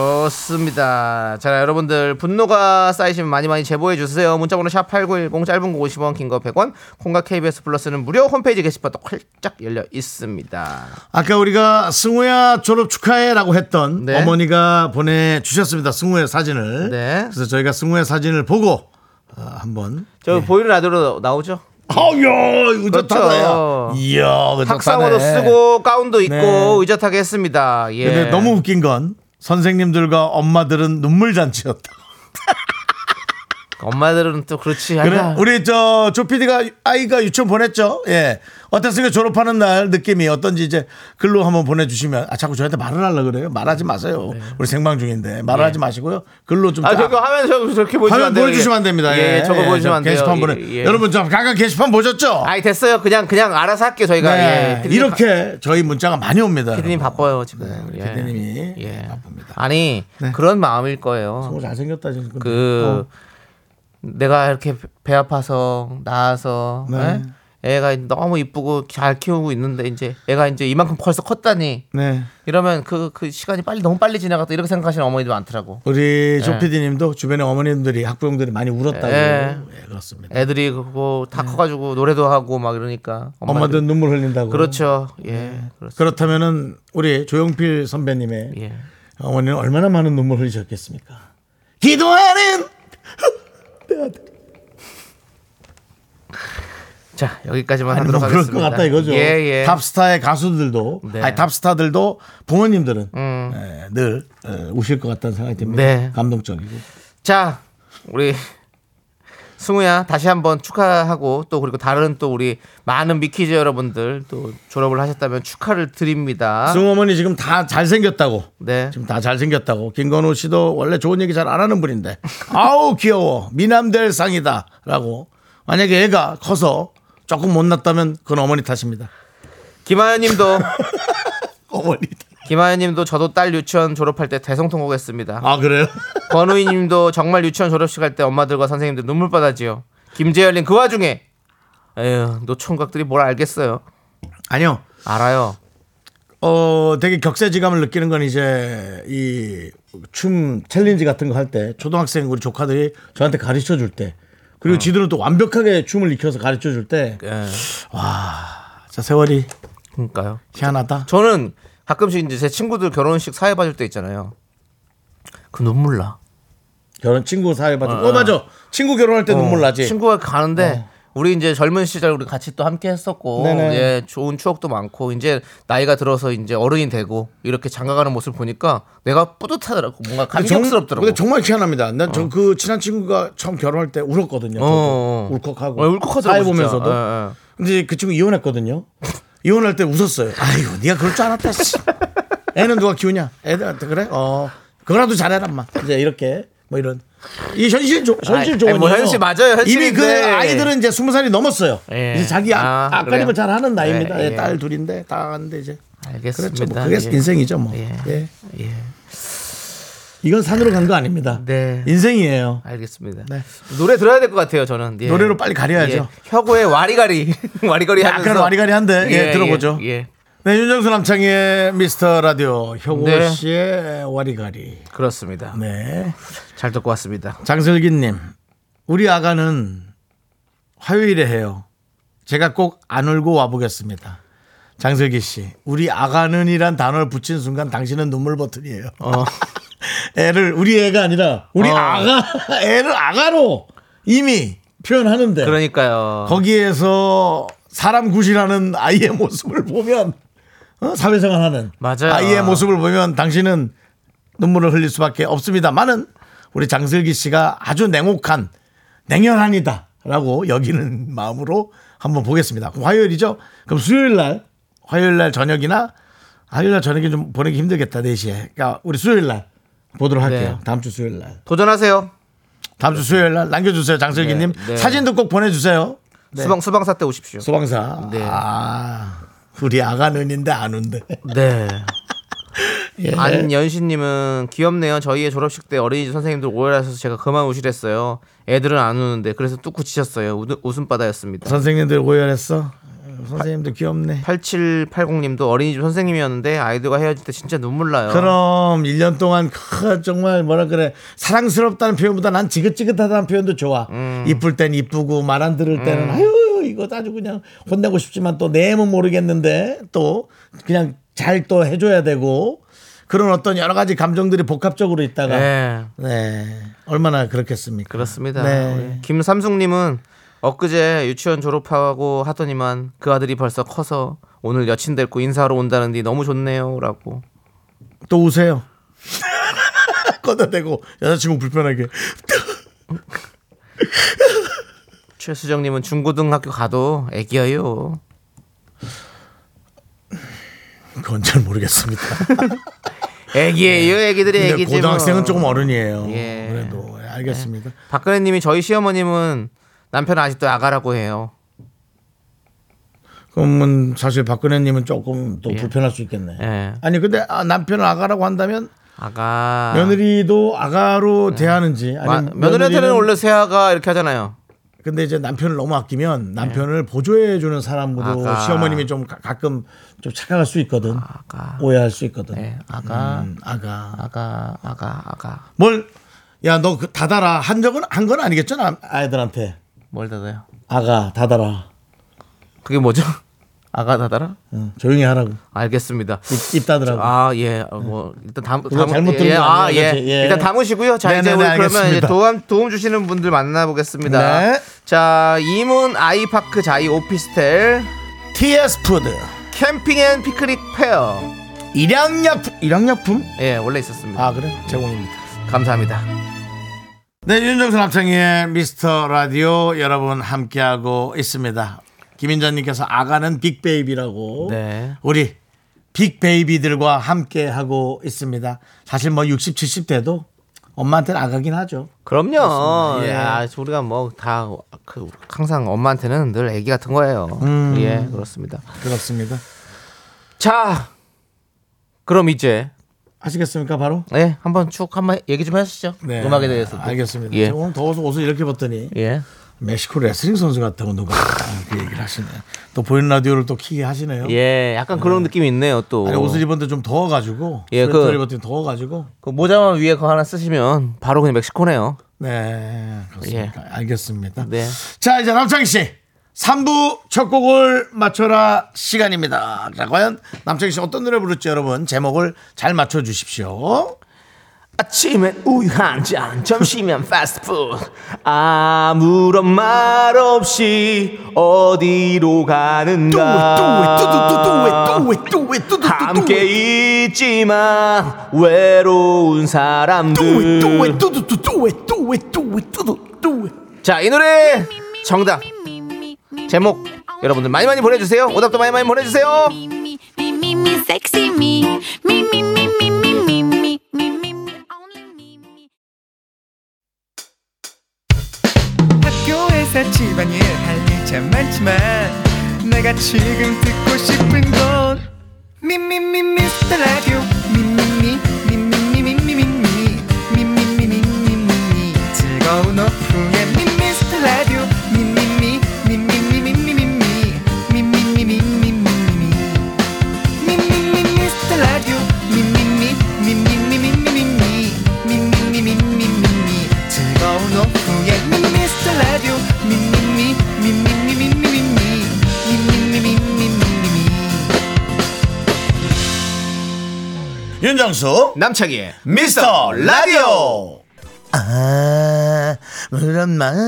B: 좋습니다. 자, 여러분들 분노가 쌓이시면 많이 많이 제보해 주세요. 문자번호 샵 8910 짧은 거 50원, 긴 거 100원. 콩과 KBS 플러스는 무료 홈페이지 게시판도 활짝 열려 있습니다.
A: 아까 우리가 승우야 졸업 축하해라고 했던
B: 네.
A: 어머니가 보내주셨습니다. 승우의 사진을.
B: 네.
A: 그래서 저희가 승우의 사진을 보고 어, 한번.
B: 저 보이는 라디오로 나오죠?
A: 아야 이거 좋다. 야.
B: 그렇죠.
A: 이야 이거
B: 학사모도
A: 좋다네.
B: 쓰고 가운도 입고
A: 네.
B: 의젓하게 했습니다. 예.
A: 근데 너무 웃긴 건 선생님들과 엄마들은 눈물 잔치였다.
B: 엄마들은 또 그렇지.
A: 그래?
B: 하나.
A: 우리 저 조피디가 아이가 유치원 보냈죠. 예. 어땠습니까? 졸업하는 날 느낌이 어떤지 이제 글로 한번 보내주시면 아 자꾸 저한테 말을 하려 그래요. 말하지 마세요. 우리 생방 중인데 말을 하지 마시고요. 글로 좀
B: 네. 예. 아,
A: 쫙
B: 저거 화면 저, 저렇게 보시면
A: 화면
B: 안 돼요.
A: 보여주시면 안 됩니다.
B: 예,
A: 예,
B: 저거
A: 예,
B: 보여주시면 안 돼요.
A: 게시판 보내.
B: 예, 예.
A: 여러분 저 아까 게시판 보셨죠?
B: 아이, 됐어요. 그냥, 그냥 알아서 할게요, 저희가.
A: 네.
B: 예. 피디님
A: 이렇게 저희 문자가 많이 옵니다.
B: 피디님 바빠요 지금. 예.
A: 피디님이
B: 예.
A: 바쁩니다.
B: 아니
A: 네. 어.
B: 그런 마음일 거예요.
A: 너무 잘생겼다 지금.
B: 그 내가 이렇게 배 아파서 나아서
A: 네.
B: 예? 애가 너무 이쁘고 잘 키우고 있는데 이제 애가 이제 이만큼 벌써 컸다니
A: 어. 네.
B: 이러면 그 그 시간이 빨리 너무 빨리 지나갔다 이렇게 생각하시는 어머니도 많더라고.
A: 우리 조피디님도 주변에 어머님들이 학부형들이 많이 울었다고.
B: 예.
A: 예, 그렇습니다.
B: 애들이 그거 다 커가지고 노래도 하고 막 이러니까
A: 네. 엄마들 눈물 흘린다고.
B: 그렇죠. 예
A: 네.
B: 그렇죠.
A: 그렇다면은 우리 조용필 선배님의
B: 예.
A: 어머니는 얼마나 많은 눈물 흘리셨겠습니까? 기도하는
B: 자 여기까지만
A: 아니 뭐
B: 하도록
A: 그럴
B: 하겠습니다.
A: 것 같다 이거죠.
B: 예 예.
A: 탑스타의 가수들도
B: 네.
A: 아니 탑스타들도 부모님들은
B: 음.
A: 에, 늘 에, 우실 것 같다는 생각이 듭니다.
B: 네.
A: 감동적이고
B: 자, 우리 승우야 다시 한번 축하하고 또 그리고 다른 또 우리 많은 미키즈 여러분들 또 졸업을 하셨다면 축하를 드립니다.
A: 승우 어머니 지금 다 잘생겼다고
B: 네.
A: 지금 다 잘생겼다고 김건우 씨도 원래 좋은 얘기 잘 안 하는 분인데 아우 귀여워 미남될 상이다라고 만약에 애가 커서 조금 못났다면 그건 어머니 탓입니다.
B: 김하연 님도
A: 어머니 탓.
B: 김하연님도 저도 딸 유치원 졸업할 때 대성통곡했습니다.
A: 아 그래요?
B: 권우희님도 정말 유치원 졸업식 할 때 엄마들과 선생님들 눈물 받았지요. 김재열님 그 와중에 에휴 노총각들이 뭘 알겠어요.
A: 아니요.
B: 알아요.
A: 어 되게 격세지감을 느끼는 건 이제 이 춤 챌린지 같은 거 할 때 초등학생 우리 조카들이 저한테 가르쳐 줄 때. 그리고 지들은 또 완벽하게 춤을 익혀서 가르쳐 줄 때.
B: 예,
A: 자, 세월이
B: 그러니까요.
A: 희한하다.
B: 저는 가끔씩 이제 제 친구들 결혼식 사회 봐줄 때 있잖아요. 그 눈물 나.
A: 결혼 친구 사회 받은. 어, 맞아. 친구 결혼할 때 눈물 나지.
B: 어.
A: 어.
B: 친구가 가는데 우리 이제 젊은 시절 우리 같이 또 함께 했었고
A: 네네.
B: 예, 좋은 추억도 많고 이제 나이가 들어서 이제 어른이 되고 이렇게 장가가는 모습 보니까 내가 뿌듯하더라고 뭔가
A: 근데 정-
B: 감격스럽더라고.
A: 근데 정말 희한합니다. 난 저 그 친한 친구가 처음 결혼할 때 울었거든요. 저도.
B: 어, 어.
A: 울컥하고.
B: 어,
A: 사회
B: 울컥하더라고, 진짜.
A: 보면서도.
B: 예, 예.
A: 근데 그 친구 이혼했거든요. 이혼할 때 웃었어요. 아이고, 네가 그럴 줄 알았다. 씨. 애는 누가 키우냐? 애들한테 그래? 어, 그거라도 잘해라, 마 이제 이렇게 뭐 이런 이 현실 조, 현실
B: 아이,
A: 좋은
B: 아이, 뭐 현실 맞아요,
A: 이미 그
B: 현실인데.
A: 아이들은 이제 스무 살이 넘었어요.
B: 예.
A: 이제 자기
B: 아,
A: 아, 앞가림을
B: 그래요?
A: 잘 하는 나이입니다.
B: 예,
A: 예,
B: 예.
A: 딸 둘인데 다 하는데 이제
B: 알겠습니다.
A: 그렇죠. 뭐 그게
B: 예.
A: 인생이죠, 뭐.
B: 예.
A: 예.
B: 예.
A: 이건 산으로 간 거 아닙니다.
B: 네.
A: 인생이에요.
B: 알겠습니다.
A: 네.
B: 노래 들어야 될 것 같아요, 저는. 예.
A: 노래로 빨리 가려야죠.
B: 혁오의 와리가리. 와리가리
A: 약간
B: 하면서.
A: 와리가리한데, 예, 들어보죠.
B: 예, 예.
A: 네, 윤정수 남창희의 미스터 라디오 효고
B: 네.
A: 씨의 와리가리.
B: 그렇습니다.
A: 네.
B: 잘 듣고 왔습니다.
A: 장슬기님, 우리 아가는 화요일에 해요. 제가 꼭 안 울고 와보겠습니다. 장슬기 씨, 우리 아가는이란 단어를 붙인 순간 당신은 눈물 버튼이에요. 애를 우리 애가 아니라 우리
B: 어.
A: 아가 애를 아가로 이미 표현하는데
B: 그렇죠. 그러니까요.
A: 거기에서 사람 구실하는 아이의 모습을 보면 어? 사회생활하는
B: 맞아요.
A: 아이의 모습을 보면 당신은 눈물을 흘릴 수밖에 없습니다만은 우리 장슬기 씨가 아주 냉혹한 냉혈한이다라고 여기는 마음으로 한번 보겠습니다. 그럼 화요일이죠? 그럼 수요일 날 화요일 날 저녁이나 아, 화요일 날 저녁에 좀 보내기 힘들겠다 4시에. 그러니까 우리 수요일 날 보도록 할게요.
B: 네.
A: 다음 주 수요일 날.
B: 도전하세요.
A: 다음 주 수요일 날 남겨주세요 장슬기님
B: 네, 네.
A: 사진도 꼭 보내주세요.
B: 수방 수방사 때 오십시오.
A: 소방사.
B: 네.
A: 아, 우리 아가 눈인데 안 온대.
B: 네.
A: 예.
B: 안연신님은 귀엽네요. 저희의 졸업식 때 어린이집 선생님들 오해하셔서 제가 그만 우시랬어요. 애들은 안 우는데 그래서 뚝 굳히셨어요. 웃- 웃음바다였습니다.
A: 선생님들 오열했어. 선생님들 귀엽네.
B: 8780님도 어린이집 선생님이었는데 아이들과 헤어질 때 진짜 눈물 나요.
A: 그럼 1년 동안 크, 정말 뭐라 그래 사랑스럽다는 표현보다 난 지긋지긋하다는 표현도 좋아. 이쁠 땐 이쁘고 말 안 들을 때는 아유 이거 아주 그냥 혼내고 싶지만 또 내면 모르겠는데 또 그냥 잘 또 해줘야 되고 그런 어떤 여러 가지 감정들이 복합적으로 있다가 네,
B: 네.
A: 얼마나 그렇겠습니까?
B: 그렇습니다.
A: 네.
B: 우리 김삼숙님은 엊그제 유치원 졸업하고 하더니만 그 아들이 벌써 커서 오늘 여친 데리고 인사하러 온다는데 너무 좋네요라고.
A: 또 우세요. 꺼다 대고 여자친구 불편하게.
B: 최수정님은 중고등학교 가도 애기예요.
A: 그건 잘 모르겠습니다.
B: 애기예요, 애기들이
A: 네. 근데
B: 애기지.
A: 고등학생은
B: 뭐.
A: 조금 어른이에요.
B: 예.
A: 그래도 예, 알겠습니다.
B: 박근혜님이 저희 시어머님은 남편은 아직도 아가라고 해요.
A: 그러면 사실 박근혜님은 조금 또
B: 예.
A: 불편할 수 있겠네.
B: 예,
A: 아니 근데 아, 남편을 아가라고 한다면
B: 아가.
A: 며느리도 아가로 대하는지
B: 와,
A: 아니면
B: 며느리한테는
A: 며느리는-
B: 원래 새아가 이렇게 하잖아요.
A: 근데 이제 남편을 너무 아끼면 남편을 보조해 주는 사람으로
B: 예. 아가.
A: 시어머님이 좀 가, 가끔 좀 착각할 수 있거든.
B: 아가,
A: 오해할 수 있거든.
B: 예, 아가.
A: 음, 아가.
B: 아가, 아가, 아가.
A: 뭘? 야, 너 그 다다라 한 적은 한 건 아니겠잖아 아이들한테.
B: 뭘 닫아요?
A: 아가 다다라.
B: 그게 뭐죠? 아가 닫아라?
A: 응, 조용히 하라고.
B: 알겠습니다.
A: 입, 입 닫으라고.
B: 아, 예. 어, 뭐 일단 담,
A: 우리가 잘못 들은
B: 예,
A: 거
B: 아,
A: 아니에요?
B: 예.
A: 그치? 예.
B: 일단 담으시고요. 자, 이제
A: 네네네,
B: 우리 그러면 이제
A: 알겠습니다.
B: 도움 도움 주시는 분들 만나 보겠습니다.
A: 네.
B: 자, 이문 아이파크 자이 오피스텔
A: TS 푸드.
B: 캠핑 앤 피크닉 페어.
A: 일양약품. 일양약품?
B: 예, 원래 있었습니다.
A: 아, 그래? 제공입니다.
B: 감사합니다.
A: 네, 윤정수 남창희의 미스터 라디오 여러분 함께하고 있습니다. 김인전님께서 아가는 빅베이비라고.
B: 네.
A: 우리 빅베이비들과 함께하고 있습니다. 사실 뭐 60, 70대도 엄마한테는 아가긴 하죠.
B: 그럼요.
A: 예.
B: 야, 우리가 뭐 다 그, 항상 엄마한테는 늘 애기 같은
A: 음.
B: 거예요. 예, 그렇습니다.
A: 그렇습니다.
B: 자, 그럼 이제
A: 하시겠습니까 바로?
B: 네, 한번 쭉 한번 얘기 좀 하시죠. 음악에 대해서.
A: 네. 아, 알겠습니다.
B: 예.
A: 제가 오늘 더워서 옷을 이렇게 벗더니
B: 예.
A: 멕시코 레슬링 선수 같다고 누가 그 얘기를 하시네. 또 보이는 라디오를 또 키게 하시네요.
B: 예, 약간 그런 느낌이 있네요. 또
A: 아니, 옷을 입었는데 좀 더워가지고
B: 예,
A: 스웨터를
B: 그-
A: 입었더니 더워가지고
B: 그 모자만 위에 그거 하나 쓰시면 바로 그냥 멕시코네요.
A: 네 그렇습니다. 알겠습니다.
B: 예. 네.
A: 자 이제 남창희 씨 3부 첫 곡을 맞춰라 시간입니다. 자 과연 남창희 씨 어떤 노래 부를지 여러분 제목을 잘 맞춰주십시오.
B: 아침엔 우유 한 잔, 점심엔 파스트푸드. 아무런 말 없이 어디로 가는가? 함께 있지만 외로운 사람들. 자, 이 노래 정답 제목 여러분들 많이 많이 보내주세요. 오답도 많이 많이 보내주세요.
H: 학교에서 집안일 할 일 참 많지만 내가 지금 듣고 싶은 건 미미미 미스터 라디오 미미미 미미미 미미미 미미미 미미미 미미미 즐거운 오후에 미미스터 라디오 미미미 미미미 미미미 미미미 미미미 미미미
A: 윤정수
B: 남창희의
A: 미스터 라디오 아 그런 말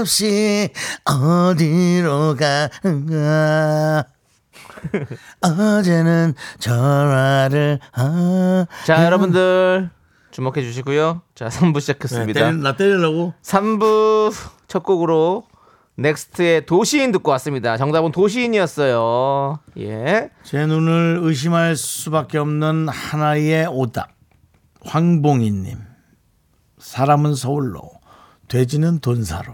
A: 없이 어디로 가는가 어제는 전화를 아...
B: 자, 여러분들 주목해 주시고요. 자, 3부 시작했습니다.
A: 네, 나 때리려고
B: 3부 첫 곡으로 넥스트의 도시인 듣고 왔습니다. 정답은 도시인이었어요. 예.
A: 제 눈을 의심할 수밖에 없는 하나의 오답 황봉이님 사람은 서울로 돼지는 돈사로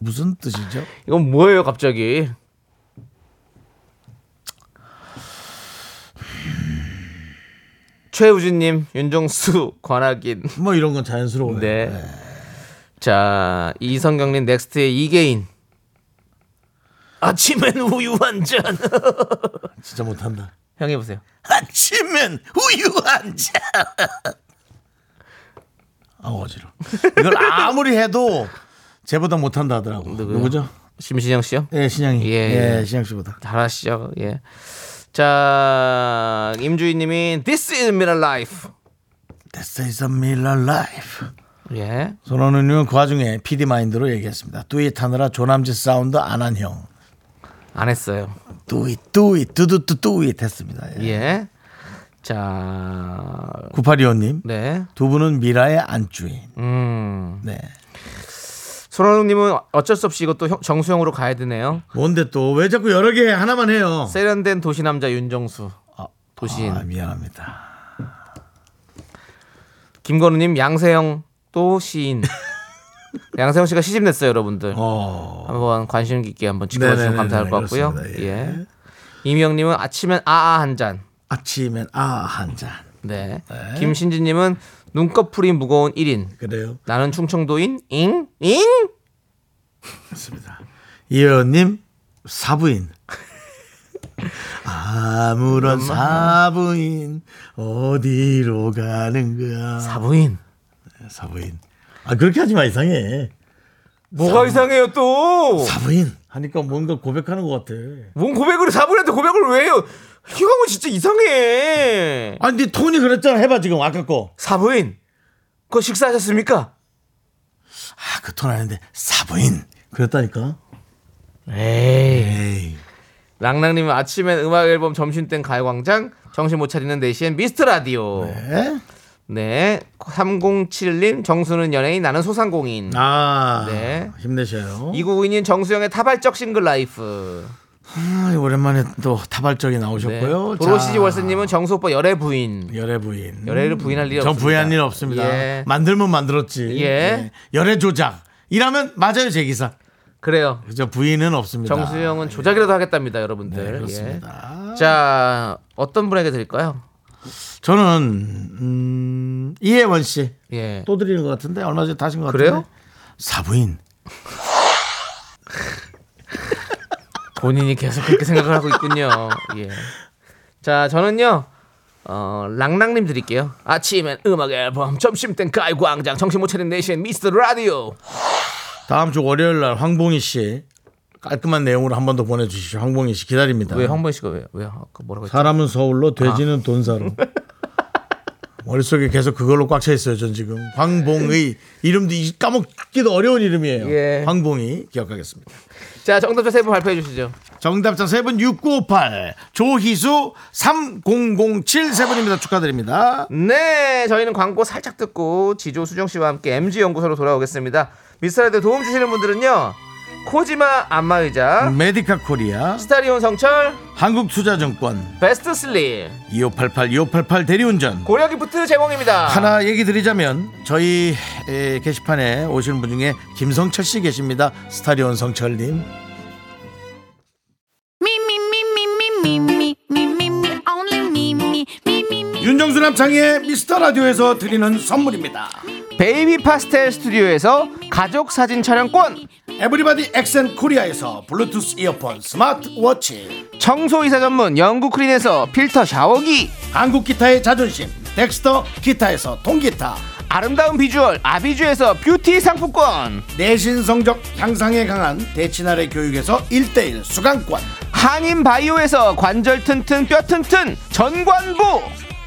A: 무슨 뜻이죠?
B: 이건 뭐예요, 갑자기? 최우진님, 윤정수, 권학인.
A: 뭐 이런 건 자연스러워요.
B: 네. 자, 이성경님 넥스트의 이계인. 아침엔 우유 한 잔.
A: 진짜 못한다.
B: 형 해보세요.
A: 아침엔 우유 한 잔. 아 어지러. 이걸 아무리 해도 쟤보다 못한다 하더라고.
B: 누구요?
A: 누구죠?
B: 심신영 씨요?
A: 예, 신양이.
B: 예.
A: 예, 신양 씨보다.
B: 잘하시죠. 예. 자, 임주희님이 This is Mirror Life.
A: This is a Miller Life.
B: 예.
A: 손원우님은 그 와중에 PD 마인드로 얘기했습니다. 뚜잇 하느라 조남지 사운드 안 한 형.
B: 안 했어요.
A: 뚜잇 뚜잇 두두뚜 뚜잇 했습니다. 예.
B: 예. 자,
A: 9825님
B: 네.
A: 두 분은 미라의 안주인.
B: 음.
A: 네.
B: 손원웅님은 어쩔 수 없이 이것도 형- 정수형으로 가야 되네요.
A: 뭔데 또 왜 자꾸 여러 개 하나만 해요?
B: 세련된 도시남자 윤정수. 어, 도시인.
A: 아, 미안합니다.
B: 김건우님 양세형 또 시인. 양세형 씨가 시집 냈어요, 여러분들.
A: 어.
B: 한번 관심 깊게 한번 지켜주시면
A: 네네네네,
B: 감사할 것 같고요.
A: 그렇습니다.
B: 예.
A: 예.
B: 이미영님은 아침엔 아아 한 잔.
A: 아침엔 아 한 잔.
B: 네. 김신지님은 눈꺼풀이 무거운 1인.
A: 그래요.
B: 나는 충청도인 잉? 잉?
A: 맞습니다. 이혜원님 사부인. 아무런 사부인 어디로
B: 아.
A: 가는가?
B: 사부인.
A: 사부인. 아 그렇게 하지 마 이상해.
B: 뭐가 이상해요 또?
A: 사부인 하니까 뭔가 고백하는 것 같아.
B: 뭔 고백을 사부인한테 고백을 왜 해요? 희광은 진짜 이상해.
A: 아니 네 톤이 그랬잖아. 해봐 지금 아까 거.
B: 사부인. 그거 식사하셨습니까?
A: 아 그 톤 아닌데 사부인 그랬다니까.
B: 에이.
A: 에이.
B: 랑랑님은 아침엔 음악 앨범, 점심 땐 가요광장, 정신 못 차리는 4시엔 미스트 라디오.
A: 에?
B: 네. 307님, 정수는 연예인, 나는 소상공인.
A: 아
B: 네.
A: 힘내셔요.
B: 이구구인인 정수영의 타발적 싱글 라이프.
A: 아, 오랜만에 또 타발적이 나오셨고요.
B: 네.
A: 자,
B: 도로시지 월세님은 정수 오빠 열애 부인.
A: 열애 부인.
B: 열애를 부인할 일이
A: 전
B: 없습니다.
A: 부인할 일 없습니다.
B: 예.
A: 만들면 만들었지.
B: 예.
A: 열애 조작. 이라면 맞아요, 제 기사.
B: 그래요.
A: 그죠 부인은 없습니다.
B: 정수영은 조작이라도 하겠답니다, 여러분들.
A: 네,
B: 예.
A: 그렇습니다.
B: 자, 어떤 분에게 드릴까요?
A: 저는 음, 이혜원 씨 또
B: 예.
A: 드리는 것 같은데 얼마 전에 다신 것
B: 그래요?
A: 같은데 사부인
B: 본인이 계속 그렇게 생각을 하고 있군요. 예. 자, 저는요. 어, 랑랑님 드릴게요. 아침엔 음악 앨범, 점심 땐 가요광장, 정신 못 차린 4시엔 미스터 라디오.
A: 다음 주 월요일 날 황봉희 씨 깔끔한 내용으로 한 번 더 보내주십시오. 황봉희 씨 기다립니다.
B: 왜 황보이 씨가 왜요? 왜요? 아까 뭐라고
A: 그렇죠.
B: 했죠?
A: 사람은 서울로 돼지는 돈사로 머릿속에 계속 그걸로 꽉 차 있어요. 전 지금 황봉의 이름도 이- 까먹기도 어려운 이름이에요.
B: 예.
A: 황봉이 기억하겠습니다.
B: 자, 정답자 세분 발표해 주시죠.
A: 정답자 세 분 6958, 조희수 3007 세 분입니다. 축하드립니다.
B: 네, 저희는 광고 살짝 듣고 지조 수정 씨와 함께 MG 연구소로 돌아오겠습니다. 미스터라디오 도움 주시는 분들은요. 코지마 안마의자,
A: 메디카 코리아,
B: 스타리온 성철,
A: 한국투자증권,
B: 베스트 슬립,
A: 2588, 2588 대리운전.
B: 고려 기프트 제공입니다.
A: 하나 얘기 드리자면 저희 에, 게시판에 오시는 분 중에 김성철 씨 계십니다. 스타리온 성철님. 윤정수 남창의 미스터 라디오에서 드리는 선물입니다.
B: 베이비 파스텔 스튜디오에서 가족 사진 촬영권,
A: 에브리바디 엑센 코리아에서 블루투스 이어폰, 스마트워치,
B: 청소 이사 전문 영국 크린에서 필터 샤워기,
A: 한국 기타의 자존심, 덱스터 기타에서 통기타,
B: 아름다운 비주얼 아비주에서 뷰티 상품권,
A: 내신 성적 향상에 강한 대치나래 교육에서 일대일 수강권,
B: 한인 바이오에서 관절 튼튼 뼈 튼튼 전관부,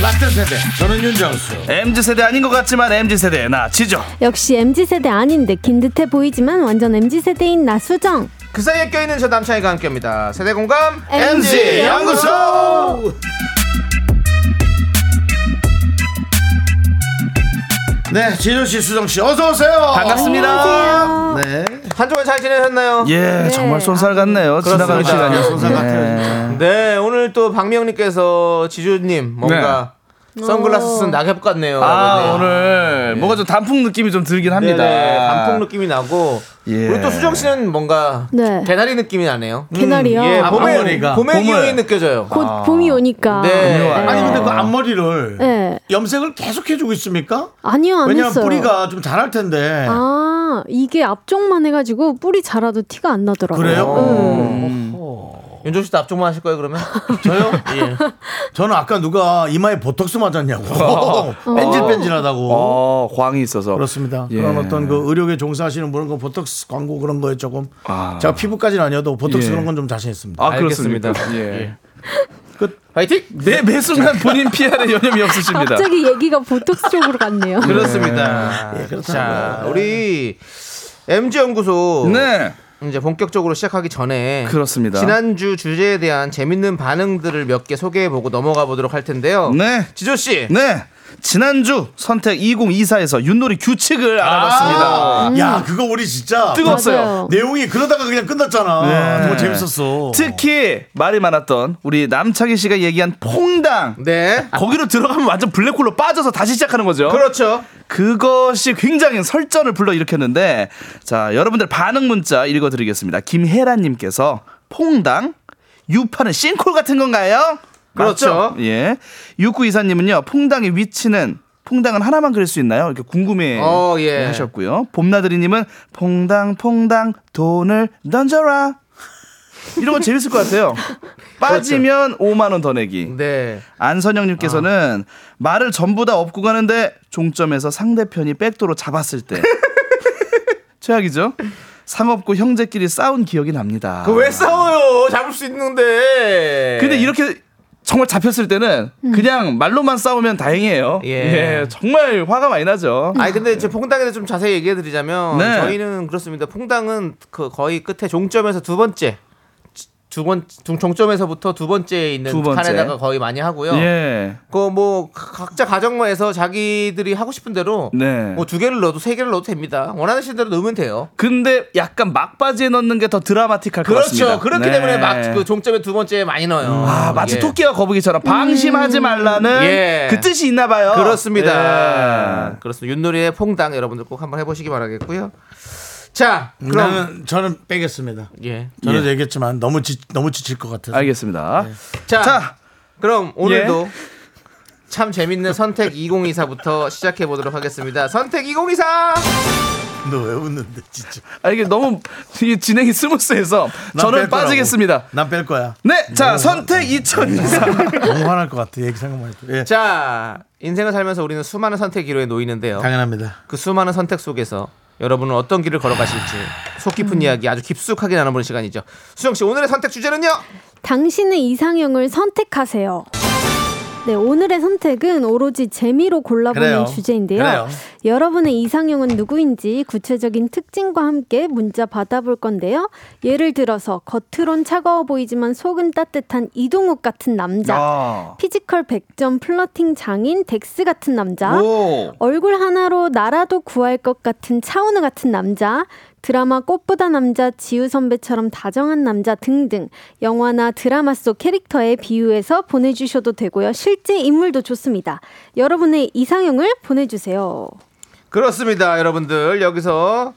A: 라떼 세대 저는 윤정수
I: MZ 세대 아닌 것 같지만 MZ 세대 나 지죠.
G: 역시 MZ세대 아닌 듯긴 듯해 보이지만 완전 MZ세대인 나수정
B: 그 사이에 껴있는 저 남창희가 함께합니다. 세대 공감
A: MG 연구소 네 지조씨 수정씨 어서오세요
B: 반갑습니다.
A: 네
B: 한 주간 잘 지내셨나요?
I: 예, 정말 쏜살 같네요.
B: 그렇습니다.
I: 지나가는
B: 예,
I: 시간이
A: 손상 같아요
I: 네.
A: 진짜
B: 네, 오늘 또 박미영님께서 지주님 뭔가 선글라스 쓴 낙엽 같네요.
I: 네. 아
B: 네.
I: 오늘 뭐가 좀 단풍 느낌이 좀 들긴 합니다.
B: 네네, 단풍 느낌이 나고
I: 예.
B: 우리 또 수정 씨는 뭔가
G: 네.
B: 개나리 느낌이 나네요.
F: 음,
G: 개나리요
B: 예,
A: 아,
B: 봄의
A: 앞머리가.
B: 봄의
I: 봄을.
B: 기운이 느껴져요.
G: 곧 봄이 오니까
B: 네.
A: 아니 근데 그 앞머리를
G: 네.
A: 염색을 계속 해주고 있습니까?
G: 아니요 안
A: 왜냐면
G: 했어요
A: 뿌리가 좀 자랄 텐데
G: 아 이게 앞쪽만 해가지고 뿌리 자라도 티가 안 나더라고요
A: 그래요?
B: 윤종 씨도 앞쪽만 하실 거예요 그러면?
A: 저요? 저는 아까 누가 이마에 보톡스 맞았냐고 뺀질뺀질하다고
I: 어 광이 있어서
A: 그렇습니다.
I: 예.
A: 그런 어떤 그 의료계 종사하시는 분은 그 보톡스 광고 그런 거에 조금
I: 아.
A: 제가 피부까지는 아니어도 보톡스
I: 예.
A: 그런 건 좀 자신 있습니다.
I: 아
B: 알겠습니다.
I: 그렇습니다. 예.
B: 화이팅!
I: 네매 순간 본인 PR에 여념이 없으십니다.
G: 갑자기 얘기가 보톡스 쪽으로 갔네요
B: 그렇습니다.
A: 예, 그렇다고요.
B: 자, 우리 MG 연구소
I: 네
B: 이제 본격적으로 시작하기 전에
I: 그렇습니다.
B: 지난주 주제에 대한 재밌는 반응들을 몇 개 소개해보고 넘어가 보도록 할 텐데요.
I: 네.
B: 지조 씨,
I: 네. 지난주 선택 2024에서 윷놀이 규칙을 알아봤습니다.
A: 야, 그거 우리 진짜
I: 뜨거웠어요.
G: 맞아요
A: 내용이 그러다가 그냥 끝났잖아.
I: 네.
A: 정말 재밌었어.
I: 특히 말이 많았던 우리 남창희 씨가 얘기한 퐁당.
B: 네,
I: 거기로 들어가면 완전 블랙홀로 빠져서 다시 시작하는 거죠.
B: 그렇죠.
I: 그것이 굉장히 설전을 불러일으켰는데 자 여러분들 반응 문자 읽어드리겠습니다 김혜란님께서 퐁당 유파는 싱콜 같은 건가요?
B: 그렇죠.
I: 맞죠? 예 육구 이사님은요 퐁당의 위치는 퐁당은 하나만 그릴 수 있나요? 이렇게 궁금해
B: 어, 예.
I: 하셨고요 봄나들이님은 퐁당 퐁당 돈을 던져라 이런 건 재밌을 것 같아요
B: 그렇죠.
I: 빠지면 5만 원 더 내기
B: 네,
I: 안선영님께서는 말을 전부 다 업고 가는데 종점에서 상대편이 백도로 잡았을 때 최악이죠. 상업고
B: 그
I: 형제끼리 그 싸운 기억이 납니다.
B: 그왜 싸워요? 잡을 수 있는데.
I: 아. 예. 근데 이렇게 정말 잡혔을 때는 그냥 말로만 싸우면 다행이에요.
B: 예.
I: 예. 정말 화가 많이 나죠.
B: 아니 근데 이제 퐁당에 대해서 좀 자세히 얘기해 드리자면
I: 네.
B: 저희는 그렇습니다. 퐁당은 그 거의 끝에 종점에서 두 번째 두 번 종점에서부터 두 번째에 있는
I: 두 번째.
B: 칸에다가 거의 많이 하고요.
I: 예.
B: 그 뭐 각자 가정에서 자기들이 하고 싶은 대로
I: 네.
B: 뭐 두 개를 넣어도 세 개를 넣어도 됩니다. 원하는 대로 넣으면 돼요.
I: 근데 약간 막바지에 넣는 게 더 드라마틱할 것 같습니다.
B: 그렇죠. 그렇기
I: 네.
B: 때문에 막 그 종점에 두 번째에 많이 넣어요.
I: 아, 마치
B: 예.
I: 토끼와 거북이처럼 방심하지 말라는
B: 예.
I: 음. 그 뜻이 있나 봐요.
B: 그렇습니다.
I: 예.
B: 그렇습니다. 윷놀이의 퐁당 여러분들 꼭 한번 해보시기 바라겠고요. 자, 그럼
I: 음.
A: 나는 저는 빼겠습니다.
B: 예.
A: 저는 얘기했지만 너무 지, 너무 지칠 것 같아서.
I: 알겠습니다.
B: 자,
I: 자,
B: 그럼 오늘도 참 재밌는 선택 2024부터 시작해 보도록 하겠습니다. 선택 2024.
A: 너 왜 웃는데 진짜.
I: 아, 이게 너무 이게 진행이 스무스해서
A: 난뺄
I: 저는
A: 거라고.
I: 빠지겠습니다.
A: 난 뺄 거야.
I: 네, 자 선택 2024.
A: 너무 화날 것 같아. 얘기 생각만 해도. 예.
B: 자, 인생을 살면서 우리는 수많은 선택 기로에 놓이는데요.
A: 당연합니다.
B: 그 수많은 선택 속에서 여러분은 어떤 길을 걸어가실지 속 깊은 이야기 아주 깊숙하게 나눠보는 시간이죠. 수정 씨 오늘의 선택 주제는요?
G: 당신의 이상형을 선택하세요. 네, 오늘의 선택은 오로지 재미로 골라보는
A: 그래요.
G: 주제인데요.
A: 그래요.
G: 여러분의 이상형은 누구인지 구체적인 특징과 함께 문자 받아볼 건데요. 예를 들어서 겉으론 차가워 보이지만 속은 따뜻한 이동욱 같은 남자.
I: 아.
G: 피지컬 100점 플러팅 장인 덱스 같은 남자.
I: 오.
G: 얼굴 하나로 나라도 구할 것 같은 차은우 같은 남자, 드라마 꽃보다 남자 지우 선배처럼 다정한 남자 등등 영화나 드라마 속 캐릭터에 비유해서 보내주셔도 되고요. 실제 인물도 좋습니다. 여러분의 이상형을 보내주세요.
B: 그렇습니다, 여러분들 여기서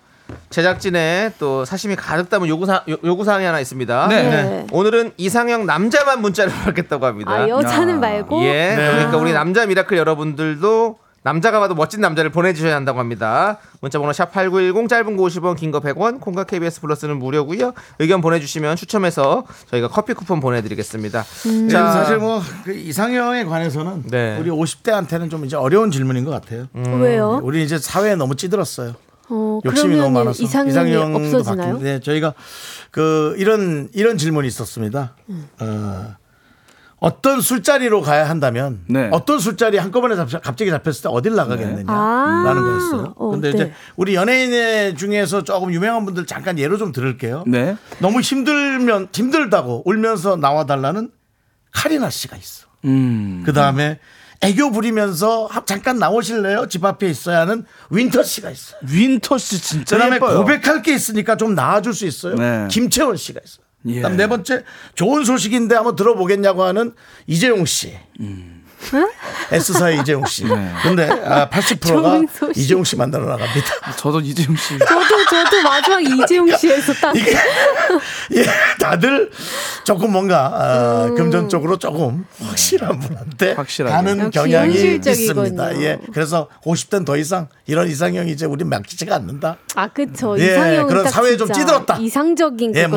B: 제작진의 또 사심이 가득 담은 요구사 요- 요구사항이 하나 있습니다.
I: 네.
B: 오늘은 이상형 남자만 문자를 받겠다고 합니다.
G: 아 여자는 말고
A: 네.
B: 예. 그러니까 우리 남자 미라클 여러분들도 남자가 봐도 멋진 남자를 보내주셔야 한다고 합니다. 문자번호 샵 #8910 짧은 거 50원, 긴 거 100원, 콩과 KBS 플러스는 무료고요. 의견 보내주시면 추첨해서 저희가 커피 쿠폰 보내드리겠습니다.
G: 음.
A: 자, 사실 뭐 그 이상형에 관해서는
B: 네.
A: 우리 50대한테는 좀 이제 어려운 질문인 것 같아요.
I: 음.
G: 음. 왜요?
A: 우리 이제 사회에 너무 찌들었어요.
G: 어,
A: 음, 욕심이
G: 그러면
A: 너무 많아서
G: 이상형이 없어지나요?
A: 바뀌는데 네, 저희가 그 이런 이런 질문이 있었습니다.
G: 음.
A: 어, 떤 술자리로 가야 한다면
I: 네.
A: 어떤 술자리 한꺼번에 잡- 갑자기 잡혔을 때 어딜 나가겠느냐라는
G: 아.
A: 거였어요.
G: 어,
A: 근데
G: 네.
A: 이제 우리 연예인 중에서 조금 유명한 분들 잠깐 예로 좀 들을게요.
I: 네.
A: 너무 힘들면 힘들다고 울면서 나와 달라는 카리나 씨가 있어.
I: 음.
A: 그 다음에 애교 부리면서 하- 잠깐 나오실래요? 집 앞에 있어야 하는 윈터 씨가 있어. 요
I: 윈터 씨 진짜
A: 그다음에
I: 예뻐요.
A: 고백할 게 있으니까 좀 나아줄 수 있어요.
I: 네.
A: 김채원 씨가 있어.
I: 예.
A: 그다음 네 번째 좋은 소식인데 한번 들어보겠냐고 하는 이재용 씨.
I: 음.
A: S사의 이재용 씨.
I: 네.
A: 근데 아, 80%가
G: 좋은 소식.
A: 이재용 씨 만나러 나갑니다.
I: 저도 이재용 씨.
G: 저도 저도 마지막 이재용 씨에서 딱
A: 이게 예, 다들 조금 뭔가 아,
G: 음.
A: 금전적으로 조금 확실한 분한테
I: 네. 확실하게.
A: 가는
G: 역시
A: 경향이
G: 현실적이군요.
A: 있습니다. 예, 그래서 50대는 더 이상 이런 이상형이 이제 우리 막히지가 않는다.
G: 아 그쵸
A: 예,
G: 이상형은
A: 그런
G: 딱
A: 사회에 좀
G: 진짜
A: 찌들었다.
G: 이상적인
A: 예,
G: 그거구나.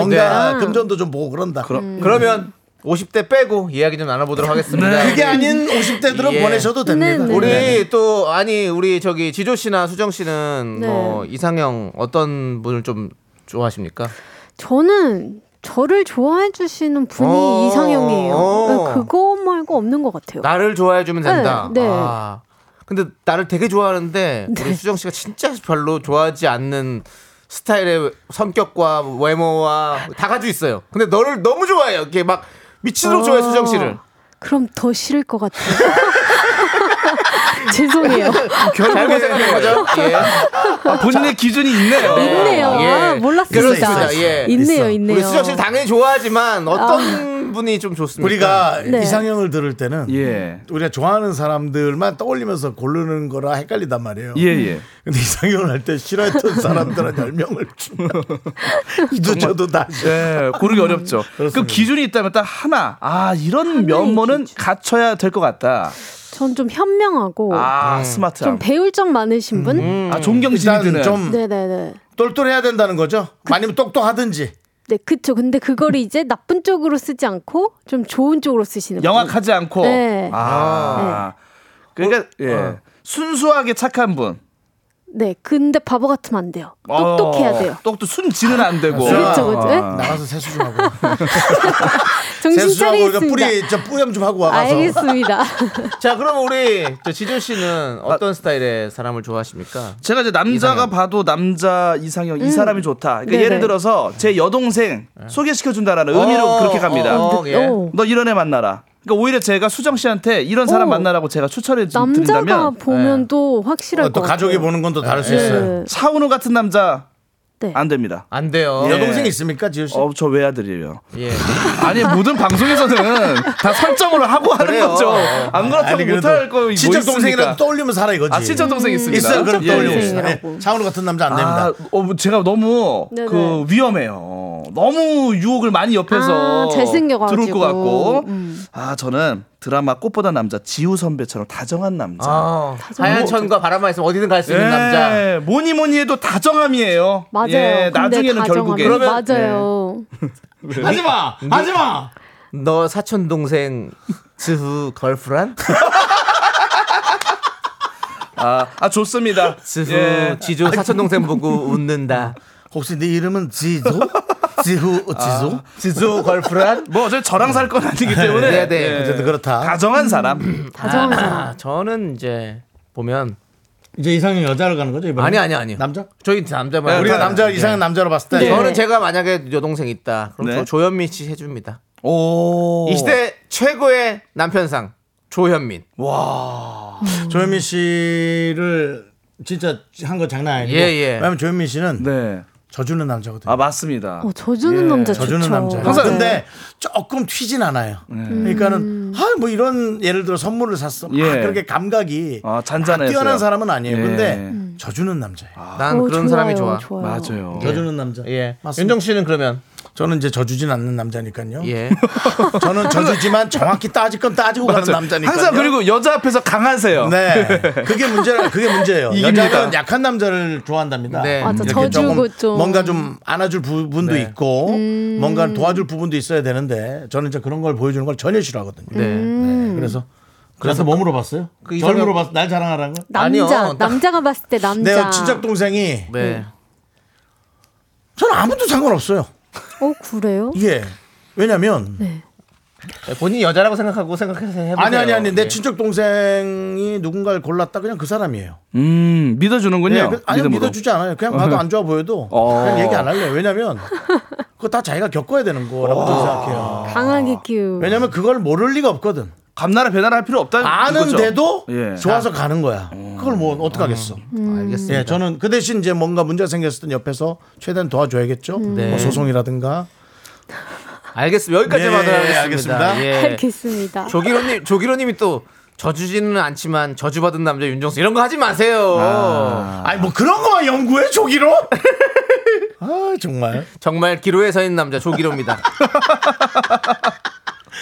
A: 뭔가 금전도 좀 보고 그런다. 그
B: 그러면 50대 빼고 이야기 좀 나눠보도록 하겠습니다.
A: 게 네. 아닌 50대들은
B: 예.
A: 보내셔도 됩니다.
G: 네, 네.
B: 우리
A: 네.
B: 또 아니 우리 저기 지조 씨나 수정 씨는
G: 네.
B: 뭐 이상형 어떤 분을 좀 좋아하십니까?
G: 저는 저를 좋아해 주시는 분이
B: 어,
G: 이상형이에요.
B: 어.
G: 그러니까 그거 말고 없는 것 같아요.
B: 나를 좋아해 주면 된다.
G: 네, 네.
B: 아, 근데 나를 되게 좋아하는데 우리 수정 씨가 진짜 별로 좋아하지 않는 스타일의 성격과 외모와 다 가지고 있어요. 근데 너를 너무 좋아해요. 이게 막 미치도록 좋아해
G: 어.
B: 수정 씨를.
G: 그럼 더 싫을 것 같아요. 죄송해요.
B: 잘못 생각한 거죠?
G: 네.
B: 예.
I: 아, 본인의 기준이 있네요.
G: 있네요.
B: 예.
G: 아, 몰랐습니다.
B: 그렇습니다. 예.
G: 있네요,
A: 있어.
G: 있네요.
B: 우리 수정 씨를 당연히 좋아하지만 어떤 분이 좀 좋습니까?
A: 우리가
G: 네.
A: 이상형을 들을 때는
I: 예.
A: 우리가 좋아하는 사람들만 떠올리면서 고르는 거라 헷갈린단 말이에요.
I: 예, 예.
A: 근데 이상형을 할 때 싫어했던 사람들 한 10명을 주면 이도 저도 다 싫어.
I: 예, 고르기 어렵죠. 그 기준이 있다면 딱 하나. 아, 이런 면모는 갖춰야 될 것 같다.
G: 전 좀 현명하고
I: 아, 스마트함.
G: 좀 배울 점 많으신 분?
I: 아, 존경심이
A: 일단
I: 드는.
A: 좀
G: 네네네.
A: 똘똘해야 된다는 거죠? 아니면 똑똑하든지
G: 네, 그쵸. 근데 그거를 이제 나쁜 쪽으로 쓰지 않고 좀 좋은 쪽으로 쓰시는 분.
I: 영악하지 않고.
G: 네.
I: 어? 아. 그러니까 예. 순수하게 착한 분.
G: 네, 근데 바보 같으면 안 돼요.
I: 어.
G: 똑똑해야 돼요.
I: 똑똑 순지는 안 되고.
G: 그렇죠, 그렇죠. 예?
A: 아, 나가서 세수 좀 하고.
G: 정신
A: 세수 좀 하고 저
G: 차리겠습니다. 아,
A: 뿌리 저 뿌염 좀 하고 와가서.
G: 알겠습니다.
B: 자, 그럼 우리 저 지조 씨는 어떤 스타일의 사람을 좋아하십니까?
I: 제가 이제 남자가 봐도 남자 이상형 이 사람이 좋다. 그러니까
G: 음. 네네.
I: 예를 들어서 제 여동생 소개시켜 준다라는 의미로
B: 어,
I: 그렇게 갑니다.
B: 어, 어, 예.
G: 오,
I: 너 이런 애 만나라. 그러니까 오히려 제가 수정 씨한테 이런 사람
G: 어.
I: 만나라고 제가 추천해 주-
G: 남자가
I: 드린다면
G: 보면 또 확실할
A: 예. 어, 또
G: 것
A: 가족이
G: 같아요.
A: 보는 건 또 다를 수
G: 네.
A: 있어요. 예,
I: 차은우 같은 남자
G: 네.
I: 안 됩니다.
B: 안 돼요.
I: 예.
A: 여동생 있습니까, 지효 씨?
I: 어, 저 외아들이에요.
B: 예.
I: 아니 모든 방송에서는 다 설정으로 하고 하는
B: 그래요.
I: 거죠.
A: 아니,
I: 안 그렇다고
A: 그래도
I: 못할 거뭐
A: 친척 동생이라도
I: 있습니까?
A: 떠올리면 살아 이거지.
I: 아 친척 동생 있습니다. 예.
A: 있어요. 그럼
G: 친척
A: 떠올리면.
G: 동생이라고.
A: 예, 차은우 같은 남자 안 됩니다.
I: 아, 어, 제가 너무
G: 네네.
I: 그 위험해요. 너무 유혹을 많이 옆에서
G: 아, 잘생겨가지고.
I: 들어올 것 같고.
G: 음.
I: 아 저는 드라마 꽃보다 남자 지우 선배처럼 다정한 남자.
B: 아,
G: 뭐
B: 하얀 천과 바람만 있으면 어디든
A: 네.
B: 갈 수 있는
I: 예,
B: 남자.
I: 뭐니 뭐니 해도 다정함이에요.
G: 맞아요.
I: 예,
G: 근데
I: 나중에는
G: 다정하면- 네.
I: 결국에
G: 맞아요.
A: 하지 마, 하지 마.
B: 너 사촌 동생 스후 걸프란?
G: 네.
I: 아, 아, 좋습니다.
B: 스후
I: 예.
B: 지조 사촌 동생 보고 웃는다.
A: 혹시 네 이름은 지조? 지후, 어, 지조?
B: 지조 걸프란?
I: 뭐 어차피 저랑 살 건 아니기 때문에
B: 네,
I: 예.
B: 네.
A: 어쨌든 그렇다. 음.
I: 다정한 사람.
G: 다정한 사람.
B: 아, 저는 이제 보면
A: 이제 이상형 여자로 가는 거죠 이번에?
B: 아니 아니 아니요.
A: 남자? 네,
B: 저희 남자만
A: 우리가
B: 하잖아요.
A: 남자
B: 예.
A: 이상형 남자로 봤을 때
G: 네.
B: 저는 제가 만약에 여동생 있다. 그럼
I: 네.
B: 저 조현민 씨 해줍니다.
I: 오.
B: 이 시대 최고의 남편상 조현민.
A: 조현민 씨를 진짜 한 거 장난 아니고.
B: 예, 예.
A: 왜냐면 조현민 씨는
I: 네.
A: 져주는 남자거든요.
I: 아 맞습니다.
G: 어, 저주는
I: 예,
G: 남자 좋죠.
A: 져주는 남자. 항상 네. 근데 조금 튀진 않아요. 그러니까는 아 뭐 이런 예를 들어 선물을 샀어.
I: 예.
A: 아, 그렇게 감각이
I: 아, 잔잔해서요.
A: 아, 뛰어난 사람은 아니에요.
I: 예.
A: 근데 져주는 남자예요.
B: 난
G: 어,
B: 그런
G: 좋아요,
B: 사람이 좋아.
G: 좋아요.
I: 맞아요.
A: 져주는 남자.
B: 예.
A: 맞습니다.
B: 윤정 씨는 그러면
A: 저는 이제 져주진 않는 남자니까요.
B: 예.
A: 저는 져주지만 정확히 따질 건 따지고 가는 남자니까요.
I: 항상 그리고 여자 앞에서 강하세요.
A: 네. 그게 문제라 그게 문제예요.
I: 이깁니다.
A: 여자는 약한 남자를 좋아한답니다.
B: 네.
G: 맞아,
A: 이렇게
G: 저주고 그
A: 조금
G: 좀. 음.
A: 뭔가 좀 안아줄 부분도 있고 뭔가 도와줄 부분도 있어야 되는데 저는 이제 그런 걸 보여주는 걸 전혀 싫어하거든요.
B: 네.
A: 네, 그래서 그래서 뭐 물어봤어요?
B: 그
A: 절
B: 이상형-
A: 물어봤 날 자랑하라는 거?
B: 아니요.
G: 남자,
B: 나-
G: 남자가 봤을
A: 네,
G: 때 남자.
A: 내 친척 동생이
B: 네.
A: 저는 아무도 상관없어요.
G: 어 그래요?
A: 예. 왜냐면
B: 네, 본인 이 여자라고 생각하고 생각해서 해보세요.
A: 아니 아니 아니 내
B: 예.
A: 친척 동생이 누군가를 골랐다 그냥 그 사람이에요.
I: 음 믿어주는군요.
A: 예, 그, 아니
I: 믿음으로.
A: 믿어주지 않아요. 그냥 봐도 안 좋아 보여도
I: 어.
A: 그냥 얘기 안 할래요. 왜냐면 그거 다 자기가 겪어야 되는 거라고 저는 생각해요.
G: 강하게 키우.
A: 아, 왜냐면 그걸 모를 리가 없거든.
I: 감나라 배나라 할 필요 없다는 거죠.
A: 아는데도
I: 예.
A: 좋아서 가는 거야. 그걸 뭐 어떻게 하겠어.
B: 음. 알겠습니다.
A: 예, 저는 그 대신 이제 뭔가 문제 가 생겼을 땐 옆에서 최대한 도와줘야겠죠.
B: 네.
A: 뭐 소송이라든가.
B: 알겠습니다. 여기까지만
A: 예,
B: 하도록
A: 예,
B: 하겠습니다.
A: 알겠습니다.
B: 예.
G: 알겠습니다.
B: 조기로님, 조기로님이 또 저주지는 않지만 저주받은 남자 윤정수 이런 거 하지 마세요.
A: 아니 뭐 그런 거만 연구해 조기로? 아 정말
B: 정말 기로에 서 있는 남자 조기로입니다.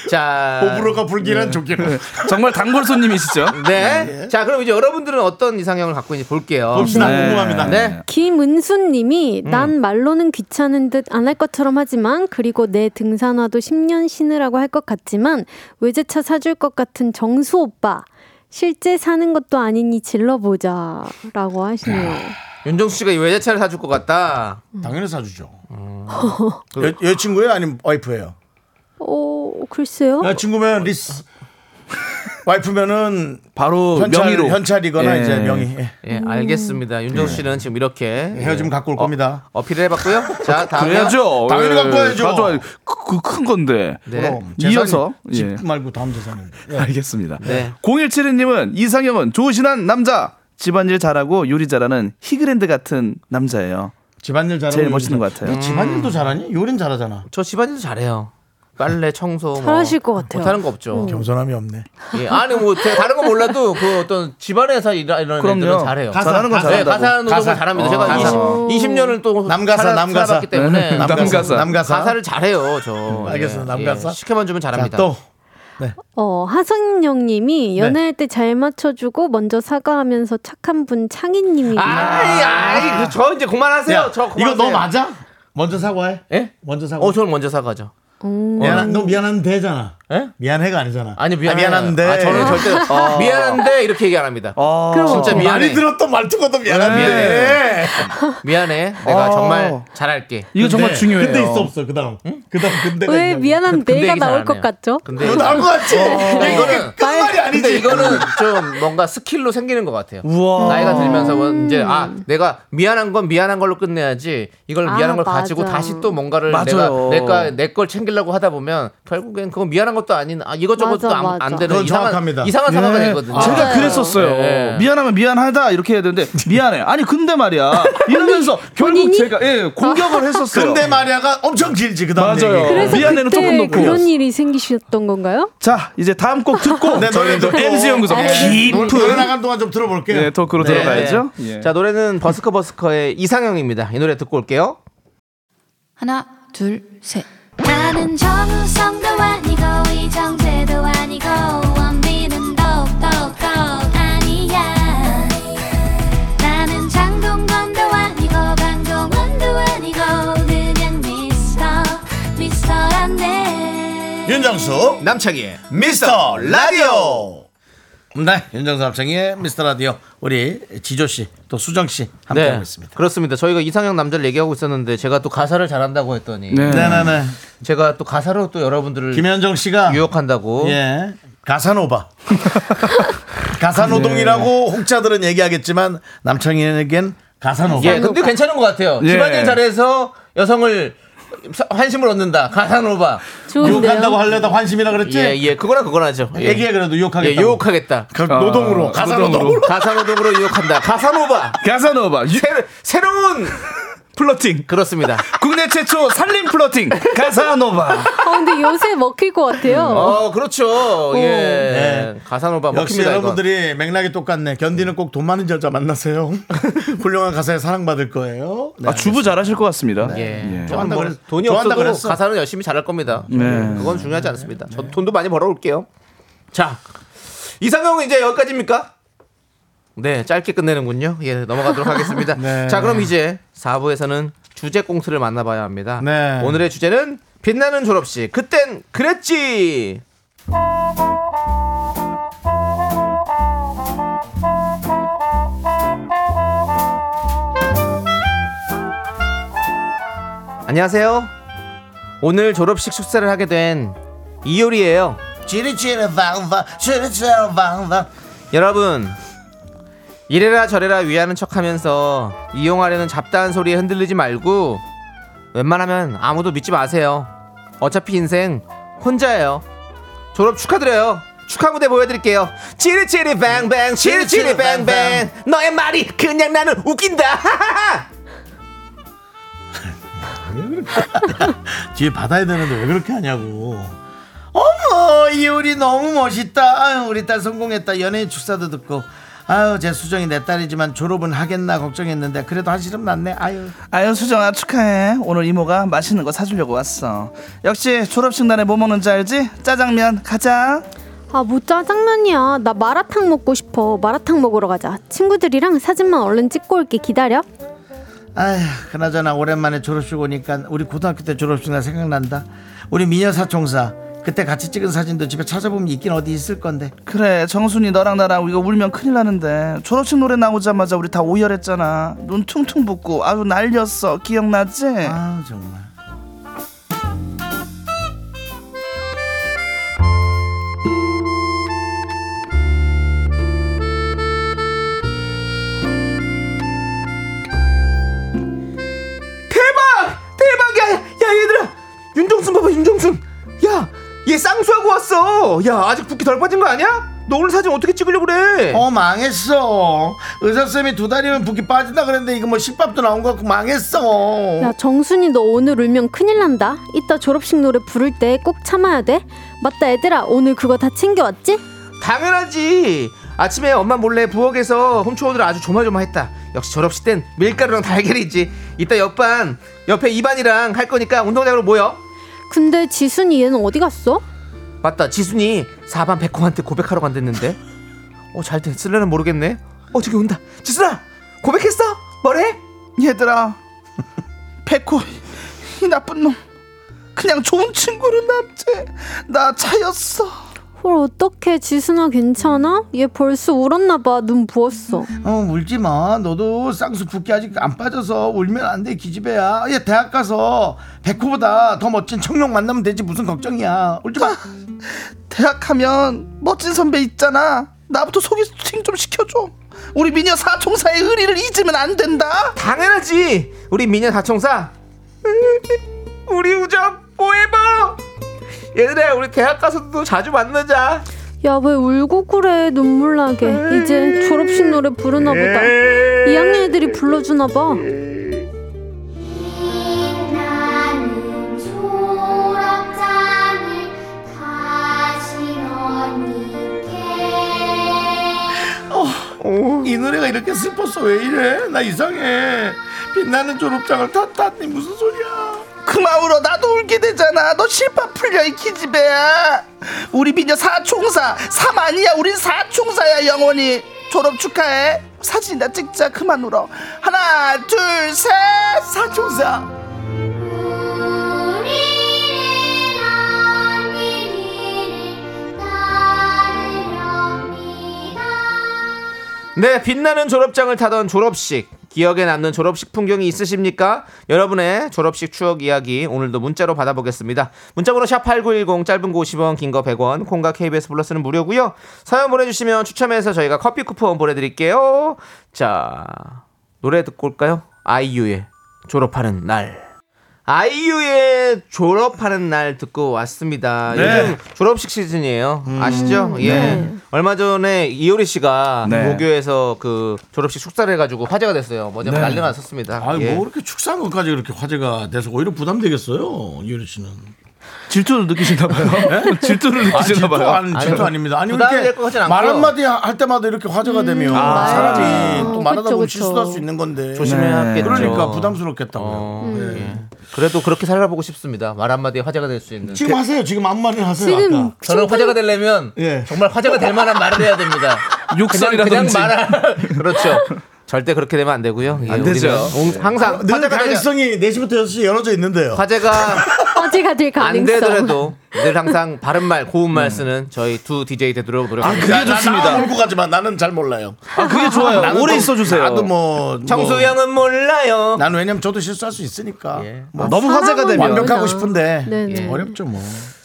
B: 자,
A: 호불호가 불길한 조기로.
I: 네, 정말 단골 손님이시죠?
B: 네. 자, 그럼 이제 여러분들은 어떤 이상형을 갖고 있는지 볼게요.
A: 봅시다
I: 네.
A: 궁금합니다.
B: 네.
G: 김은수님이
B: 음.
G: 난 말로는 귀찮은 듯 안 할 것처럼 하지만 그리고 내 등산화도 10년 신으라고 할 것 같지만 외제차 사줄 것 같은 정수 오빠 실제 사는 것도 아니니 질러보자라고 하시네요.
B: 윤정수 씨가 이 외제차를 사줄 것 같다.
A: 당연히 사주죠. 음. 여, 여친구예요 아니면 와이프예요?
G: 어 글쎄요.
A: 여친구면 리스 와이프면은
I: 바로
A: 현찰,
I: 어, 명의로
A: 현찰이거나
I: 예.
A: 이제 명의 예.
B: 예, 알겠습니다. 윤정수 씨는 지금 이렇게 예,
A: 헤어짐 갖고 올 겁니다.
B: 어, 어필을 해봤고요. 자, 다음
I: 그래야죠.
A: 아, 당연히
I: 예.
A: 갖고 와야죠.
I: 가져와야- 그, 그큰 건데.
B: 네.
A: 재산이
I: 이어서,
A: 집
I: 예.
A: 말고 다음 재산은
I: 알겠습니다.
B: 네.
I: 0172님은 이상형은 조신한 남자. 집안일 잘하고 요리 잘하는 히그랜드 같은 남자예요.
A: 집안일 잘하고
I: 제일
A: 요리
I: 멋있는
A: 잘-
I: 것 같아요. 음.
A: 너 집안일도 잘하니? 요리는 잘하잖아.
B: 저 집안일도 잘해요. 빨래, 청소. 뭐
G: 잘하실 것 같아요. 음.
B: 못하는 거 없죠.
A: 겸손함이 없네.
B: 예, 아니 뭐 제가 다른 건 몰라도 그 어떤 집안에서 일하- 이런
I: 그럼요.
B: 애들은 잘해요.
A: 가사,
I: 잘하는 건
A: 가사.
B: 네,
I: 잘한다고.
B: 가사 노동을
A: 가사.
B: 잘합니다.
I: 어,
B: 제가
I: 가사.
B: 20, 년을또
A: 남가사,
B: 살아-
A: 남가사.
B: 살아봤기 때문에
I: 남- 남가사.
A: 남가사. 음,
B: 가사를 잘해요. 저 예,
A: 알겠습니다. 남가사.
B: 시켜만 주면
A: 자,
B: 잘합니다.
A: 또
G: 어,
B: 네.
G: 하성영님이 연애할 때 잘 맞춰주고 먼저 사과하면서 착한 분 창희님이
B: 아이 아이 그, 저 이제 그만하세요.
A: 야,
B: 저 그만하세요.
A: 이거 너 맞아? 먼저 사과해.
B: 예?
A: 먼저 사과.
B: 어 저는 먼저 사과죠.
G: 음,
A: 미안, 너 미안한데 되잖아.
B: 예?
A: 미안해가 아니잖아.
B: 아니 미안
A: 한데 어.
B: 아, 저는 절대 미안한데 이렇게 얘기 안 합니다.
I: 어,
G: 그럼
B: 진짜 미안해.
A: 많이 들었던 말투거든 미안한데.
B: 네. 미안해. 내가
I: 어.
B: 정말 잘할게.
I: 이거 정말
A: 근데,
I: 중요해요.
A: 근데 있어 없어 그다음. 그다음 근데가
G: 왜
A: 있냐고.
G: 미안한 어.
B: 근데
G: 내가
B: 이게
G: 나올
B: 잘하네요. 그
G: 것 같죠?
B: 근데
A: 이거 나올 것 같지? 야,
B: 이거는
A: 이거는 끝 말이 아니지.
B: 근데 이거는 좀 뭔가 스킬로 생기는 것 같아요.
I: 우와.
B: 나이가 들면서 뭐 이제 아 내가 미안한 건 미안한 걸로 끝내야지 이걸
G: 아,
B: 미안한 걸
G: 맞아.
B: 가지고 다시 또 뭔가를 내가
I: 맞아요.
B: 내가 내 걸 챙기려고 하다 보면 결국엔 그건 미안한 것도 아닌 아 네. 이것저것
G: 맞아,
B: 도안
G: 맞아.
B: 안 되는
A: 그건
B: 이상한
A: 정확합니다.
B: 이상한 상황이
A: 예.
B: 되거든요.
I: 네. 제가 그랬었어요.
B: 네.
I: 미안하면 미안하다 이렇게 해야 되는데 미안해. 아니 근데 말이야 이러면서 결국 제가 예 공격을 했었어요.
A: 근데 마리아가 엄청 길지 그다음
I: 맞아요.
A: 얘기.
G: 그래서
I: 미안해는
G: 그때
I: 조금 높고.
G: 그런 일이 생기셨던 건가요?
I: 자 이제 다음 곡 듣고
A: 네, 노래
I: 저희도
A: 듣고.
I: MC 연구소
A: 노래-
I: 깊은
A: 노래 나간 동안 좀 들어볼게요.
I: 예, 토크로
B: 네.
I: 들어가야죠. 예.
B: 자 노래는 버스커 버스커의 이상형입니다. 이 노래 듣고 올게요.
J: 하나, 둘, 셋.
C: 나는 정우성도 아니고 이정재도 아니고 원빈은 더욱더 아니야 나는 장동건도 아니고 강동원도 아니고 그냥 미스터 미스터란데
A: 윤정수
B: 남창희의
A: 미스터 라디오. 네, 윤정수 합창의 미스터 라디오 우리 지조 씨 또 수정 씨
B: 네.
A: 함께하고 있습니다.
B: 그렇습니다. 저희가 이상형 남자를 얘기하고 있었는데 제가 또 가사를 잘한다고 했더니
A: 네네네.
B: 제가 또 가사로 또 여러분들을
A: 김현정 씨가
B: 음. 유혹한다고.
A: 예 가사노바.
B: 네.
A: 가사노동이라고 혹자들은 얘기하겠지만 남창희에겐 가사노바.
B: 예, 근데 괜찮은 것 같아요.
I: 예.
B: 집안일 잘해서 여성을 사- 환심을 얻는다. 가사노바.
A: 유혹한다고
G: 좋은데요.
A: 하려다 환심이라 그랬지?
B: 예, 예, 그거나 그거나 하죠. 예.
A: 얘기해 그래도
B: 예,
A: 유혹하겠다.
B: 유혹하겠다.
A: 그 노동으로
I: 아,
A: 가사노동으로.
B: 가사노동으로 유혹한다. 가사노바.
I: 가사노바 유-
B: 새, 새로운
I: 플러팅
B: 그렇습니다.
I: 국내 최초 살림 플러팅 가사노바
G: 아 근데 요새 먹힐 것
I: 음,
G: 같아요.
B: 어, 그렇죠. 예.
A: 네.
B: 가사노바
A: 역시
B: 아, 먹힙니다. 이건.
A: 여러분들이 맥락이 똑같네. 견디는 꼭 돈 많은 여자 만나세요. 훌륭한 가사에 사랑받을 거예요. 네,
I: 아 주부 잘하실 것 같습니다.
B: 예.
I: 예.
A: 좋아한다
B: 뭐
A: 그랬-
B: 돈이
A: 좋아한다
B: 없어도
A: 그랬어.
B: 가사는 열심히 잘할 겁니다. 네.
I: 네.
B: 그건 중요하지 않습니다. 저 돈도 많이 벌어올게요. 자, 이상형은 이제 여기까지입니까? 네, 짧게 끝내는군요. 예, 넘어가도록 하겠습니다.
A: 네.
B: 자, 그럼 이제 4부에서는 주제 꽁트를 만나봐야 합니다.
A: 네.
B: 오늘의 주제는 빛나는 졸업식. 그땐 그랬지. 안녕하세요. 오늘 졸업식 축사를 하게 된 이효리예요.
A: 지리지리방방, 지리지리방방.
B: 여러분 이래라 저래라 위하는 척하면서 이용하려는 잡다한 소리에 흔들리지 말고 웬만하면 아무도 믿지 마세요 어차피 인생 혼자예요 졸업 축하드려요 축하 무대 보여드릴게요 치리치리 뱅뱅 치리치리 음, 뱅뱅 너의 말이 그냥 나는 웃긴다 하하하
A: 뒤에 받아야 되는데 왜 그렇게 하냐고. 어머 이효리 너무 멋있다. 아유, 우리 딸 성공했다. 연예인 축사도 듣고. 아유 제 수정이 내 딸이지만 졸업은 하겠나 걱정했는데 그래도 한시름 났네. 아유.
I: 아유 수정아 축하해. 오늘 이모가 맛있는 거 사주려고 왔어. 역시 졸업식 날에 뭐 먹는지 알지? 짜장면 가자.
G: 아 뭐 짜장면이야. 나 마라탕 먹고 싶어. 마라탕 먹으러 가자. 친구들이랑 사진만 얼른 찍고 올게. 기다려.
A: 아휴 그나저나 오랜만에 졸업식 오니까 우리 고등학교 때 졸업식 날 생각난다. 우리 미녀 사총사 그때 같이 찍은 사진도 집에 찾아보면 있긴 어디 있을 건데.
I: 그래 정순이 너랑 나랑 이거 울면 큰일 나는데 졸업식 노래 나오자마자 우리 다 오열했잖아. 눈 퉁퉁 붓고 아주 날렸어. 기억나지?
B: 네.
A: 아 정말.
B: 대박! 대박이야! 야 얘들아! 윤정순 봐봐 윤정순! 야! 얘 쌍수하고 왔어! 야 아직 붓기 덜 빠진 거 아니야? 너 오늘 사진 어떻게 찍으려고 그래?
A: 어 망했어. 의사 쌤이 두 달이면 붓기 빠진다 그랬는데 이거 뭐 실밥도 나온 거 같고 망했어.
G: 야 정순이 너 오늘 울면 큰일 난다. 이따 졸업식 노래 부를 때 꼭 참아야 돼. 맞다 얘들아 오늘 그거 다 챙겨왔지?
B: 당연하지! 아침에 엄마 몰래 부엌에서 훔쳐오느라 아주 조마조마했다 역시 졸업식 땐 밀가루랑 달걀이지 이따 옆반 옆에 이반이랑 할 거니까 운동장으로 모여
G: 근데 지순이 얘는 어디 갔어?
B: 맞다 지순이 4반 백호한테 고백하러 간댔는데 어잘 됐을래는 모르겠네 어 저기 온다 지순아 고백했어? 뭐래?
I: 얘들아 백호 이 나쁜 놈 그냥 좋은 친구를 납제. 나 차였어.
G: 헐 어떡해 지순아 괜찮아? 얘 벌써 울었나 봐눈 부었어
A: 어 울지 마. 너도 쌍수 붓기 아직 안 빠져서 울면 안 돼 기집애야. 얘 대학 가서 백호보다 더 멋진 청룡 만나면 되지 무슨 걱정이야. 울지 마.
I: 대학 하면 멋진 선배 있잖아. 나부터 소개팅 좀 시켜줘. 우리 미녀 사총사의 의리를 잊으면 안 된다.
B: 당연하지. 우리 미녀 사총사. 우리 우정 포에버. 얘들아 우리 대학 가서도 자주 만나자.
G: 야 왜 울고 그래 눈물 나게 이제 졸업식 노래 부르나 보다 2학년 애들이 불러주나 봐
C: 빛나는 초록장을 다시 언니께
A: 어, 이 노래가 이렇게 슬펐어 왜 이래? 나 이상해. 빛나는 졸업장을
I: 아, 네,
A: 탔다니 무슨 소리야?
I: 그만 울어. 나도 울게 되잖아. 너 실밥 풀려 이 기집애야. 우리 미녀 사총사 삼 아니야. 우린 사총사야 영원히. 졸업 축하해. 사진이나 찍자. 그만 울어. 하나 둘 셋. 사총사.
C: 우리는 언니를 따르렵니다
B: 네, 빛나는 졸업장을 타던 졸업식. 기억에 남는 졸업식 풍경이 있으십니까? 여러분의 졸업식 추억 이야기 오늘도 문자로 받아보겠습니다. 문자번호 샵8910 짧은 거 50원, 긴 거 100원, 콩과 KBS 플러스는 무료고요. 사연 보내주시면 추첨해서 저희가 커피 쿠폰 보내드릴게요. 자, 노래 듣고 올까요? 아이유의 졸업하는 날. 아이유의 졸업하는 날 듣고 왔습니다.
A: 네. 음.
B: 요즘 졸업식 시즌이에요. 아시죠? 예. 얼마 전에 이효리 씨가
I: 네.
B: 모교에서 그 졸업식 축사를 해가지고 화제가 됐어요. 먼저
A: 네.
B: 난리가 났었습니다.
A: 아유
B: 예.
A: 뭐 이렇게 축사한 것까지 그렇게 화제가 돼서 오히려 부담되겠어요 이효리 씨는.
I: 질투를 느끼시나봐요.
A: 아,
I: 질투를
A: 질투
I: 느끼시나봐요.
A: 아니, 질투
B: 아니,
A: 아닙니다. 아니
B: 부담이
A: 이렇게
B: 될것 같진 않고요.
A: 말 한마디 할 때마다 이렇게 화제가 되면
I: 아,
A: 사람이
G: 아,
A: 또 말하다
G: 그쵸,
A: 보면
G: 그쵸.
A: 실수도 할 수 있는 건데.
B: 조심해야겠죠.
A: 그러니까 네. 부담스럽겠다고요.
B: 어, 예. 그래도 그렇게 살아보고 싶습니다. 말 한마디에 화제가 될 수 있는.
A: 지금 하세요. 그 지금 아무 말이나 하세요.
G: 지금
A: 아까.
B: 저는 화제가 되려면
A: 예.
B: 정말 화제가 될 만한 말을 해야 됩니다. 그냥,
I: 욕설이라든지.
B: 그냥 말할. 그렇죠. 절대 그렇게 되면 안 되고요. 예,
I: 안 되죠.
B: 우리는 항상
A: 늘
B: 화제가 되려-
A: 가능성이 4시부터 6시 열어져 있는데요.
B: 화제가
G: 화제가 될
B: 아. 안
G: 가능성
B: 되더라도 늘 항상 바른 말, 고운 말 쓰는 저희 두 DJ 되도록 노력합니다.
A: 나- 나, 나 울고 가지만 나는 잘 몰라요.
I: 아, 그게 좋아요.
A: 나는
I: 오래
A: 또-
I: 있어주세요.
A: 나도 뭐
B: 그 정수영은 몰라요.
A: 난 왜냐면 저도 실수할 수 있으니까.
B: 예.
A: 뭐
I: 너무 화제가
G: 사람은
I: 되면
A: 완벽하고
G: 어렵다.
A: 싶은데
G: 네네.
A: 예. 어렵죠 뭐.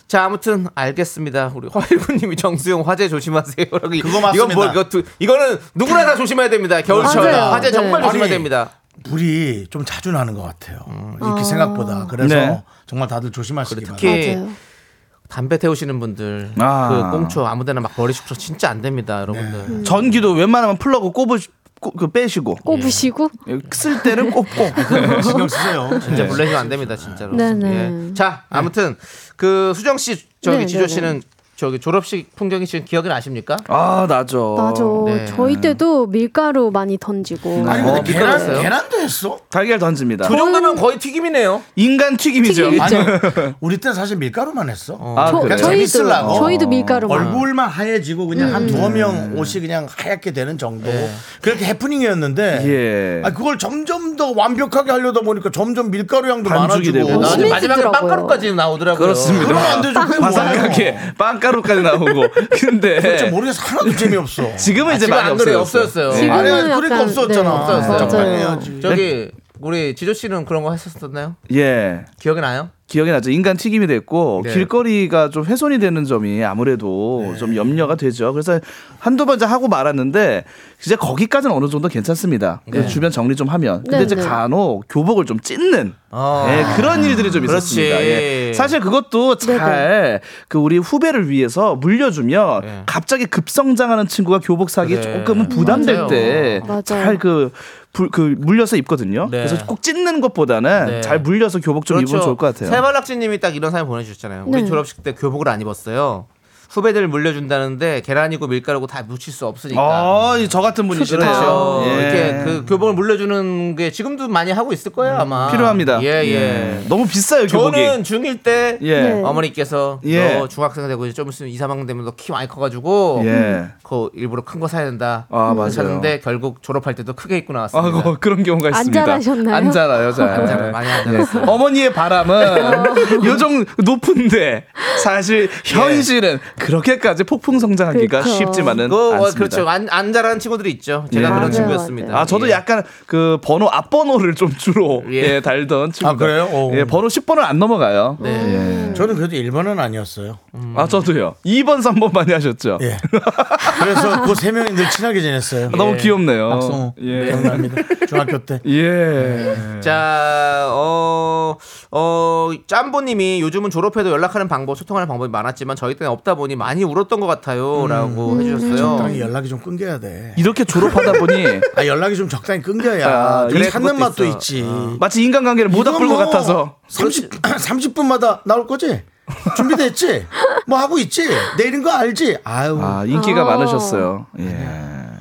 B: 자, 아무튼 알겠습니다. 우리 화일구님이 정수영 화재 조심하세요. 그거
A: 맞습니다.
B: 이건 뭐 이거 두, 이거는 누구나 다 조심해야 됩니다. 겨울철
G: 맞아요.
B: 화재 정말
A: 네.
B: 조심해야
A: 아니,
B: 됩니다.
A: 불이 좀 자주 나는 것 같아요. 이렇게 생각보다 그래서
I: 네.
A: 정말 다들 조심하시기 바랍니다.
B: 특히
G: 맞아요.
B: 담배 태우시는 분들
I: 아.
B: 그 꽁초 아무데나 네. 막 버리십시오. 진짜 안 됩니다, 여러분들.
I: 전기도 웬만하면 플러그 꼽으 꼽- 그 빼시고
G: 꼽으시고
B: 예.
I: 쓸 때는 꼽고
A: 신경 쓰세요.
B: 진짜 물리면 안 됩니다, 진짜로.
G: 네네.
B: 예. 자, 아무튼 그 수정 씨, 저기
G: 네,
B: 지조
G: 네네.
B: 씨는 저기 졸업식 풍경이 지금 기억이 나십니까?
I: 아 나죠
G: 맞아
B: 네. 음.
G: 저희 때도 밀가루 많이 던지고
A: 아니 근데 계란,
I: 어,
B: 미끄러웠어요.
A: 계란도 했어?
I: 달걀 던집니다
B: 그 정도면 거의 튀김이네요.
I: 인간 튀김이죠
G: 튀김.
A: 아니
G: 진짜.
A: 우리 때 사실 밀가루만 했어.
I: 아,
G: 저,
I: 그래요?
G: 저희도
A: 재밌으려고.
G: 저희도 밀가루 많이
A: 얼굴만 하얘지고 그냥 한 두어 명 옷이 그냥 하얗게 되는 정도. 그렇게 해프닝이었는데.
I: 예.
A: 아, 그걸 점점 더 완벽하게 하려다 보니까 점점 밀가루 양도
I: 반죽이
A: 많아지고.
I: 되고.
A: 나중에
G: 심해지더라고요.
B: 마지막에 빵가루까지 나오더라고요. 아,
I: 그렇습니다 아,
A: 그러면 안 되죠. 그게 뭐예요?
I: 바삭하게 빵가루까지 나오고
A: 진짜
I: 근데
A: 모르겠어. 하나도 재미없어.
I: 네. 지금은
B: 아,
I: 이제
B: 지금
I: 많이
B: 안 그래요.
I: 없어졌어요
B: 없어졌어요.
G: 지금은
A: 아니, 아니, 그러니까
G: 약간,
A: 없어졌잖아.
G: 네,
B: 없어졌어요.
A: 적당해야지.
B: 저기 우리 지조 씨는 그런 거 했었었나요?
I: 예
B: 기억이 나요?
I: 기억이 나죠 인간 튀김이 됐고
B: 네.
I: 길거리가 좀 훼손이 되는 점이 아무래도 좀 염려가 되죠 그래서 한두 번 이제 하고 말았는데 이제 거기까지는 어느 정도 괜찮습니다
B: 네.
I: 그래서 주변 정리 좀 하면 근데
G: 네,
I: 이제
G: 네.
I: 간혹 교복을 좀 찢는
B: 아.
I: 예, 그런 일들이 좀
B: 그렇지.
I: 있었습니다. 예. 사실 그것도
G: 네,
I: 잘 그 우리 후배를 위해서 물려주면
B: 예.
I: 갑자기 급성장하는 친구가 교복 사기 에
B: 그래.
I: 조금은 부담될
B: 네. 맞아요.
G: 맞아요.
I: 때 잘 그 그 물려서 입거든요.
B: 네.
I: 그래서 꼭 찢는 것보다는
B: 네. 그렇죠.
I: 잘 물려서 교복 좀 입으면 좋을 것 같아요.
B: 세발락지님이 딱 이런 사연 보내주셨잖아요. 우리
G: 네.
B: 졸업식 때 교복을 안 입었어요. 후배들 물려준다는데 계란이고 밀가루고 다 묻힐 수 없으니까.
I: 어, 이저 같은 분이시죠.
B: 그렇죠.
I: 예.
B: 이렇게 그 교복을 물려주는 게 지금도 많이 하고 있을 거예요 아마.
I: 필요합니다.
B: 예 예.
I: 너무 비싸요, 교복이.
B: 저는 중1 때
I: 예.
G: 네.
B: 어머니께서
I: 예.
B: 너 중학생 되고 이제 좀 있으면 2, 3학년 되면 너 키 많이 커가지고
I: 예.
B: 그 일부러 큰 거 사야 된다.
I: 아, 맞아요.
B: 그랬는데 결국 졸업할 때도 크게 입고
I: 아,
B: 나왔습니다.
I: 그, 그런 경우가
G: 안
I: 있습니다.
G: 자라셨나요?
I: 안 자라요, 잘.
B: 안 자라요, 네. 많이 안
I: 예.
B: 자랐어요.
I: 어머니의 바람은 요정 높은데 사실
B: 예.
I: 현실은 그렇게까지 폭풍 성장하기가
G: 그렇죠.
I: 쉽지만은
B: 그거 어,
I: 않습니다.
B: 그렇죠. 안, 안 자라는 친구들이 있죠. 제가
I: 예.
B: 그런
I: 맞아요,
B: 친구였습니다.
I: 아, 저도
B: 예.
I: 약간 그 번호 앞 번호를 좀 주로
B: 예.
I: 예, 달던 친구.
A: 아, 그래요? 오.
I: 예, 번호 10번을 안 넘어가요.
B: 네.
A: 예. 저는 그래도 1번은 아니었어요.
I: 아, 저도요. 2번, 3번 많이 하셨죠.
A: 예. 그래서 그 세 명이 늘 친하게 지냈어요.
I: 아, 너무 귀엽네요.
A: 박성호.
I: 예.
A: 기억납니다. 중학교 때.
I: 예.
B: 자, 어, 어, 짬보님이 요즘은 졸업해도 연락하는 방법, 소통하는 방법이 많았지만 저희 때는 없다 보니 많이 울었던 것 같아요. 라고
A: 적당히
B: 해주셨어요.
A: 연락이 좀 끊겨야 돼.
I: 이렇게 졸업하다 보니
A: 아 연락이 좀 적당히 끊겨야
I: 아,
A: 이
I: 그래,
A: 찾는
B: 그것도
A: 맛도
B: 있어.
A: 있지.
I: 아. 마치 인간관계를 못
A: 이건
I: 아플 것
A: 뭐
I: 같아서
A: 30 30분마다 나올 거지. 준비됐지? 뭐 하고 있지? 내일인 거 알지? 아유.
I: 아 인기가
G: 아.
I: 많으셨어요. 예.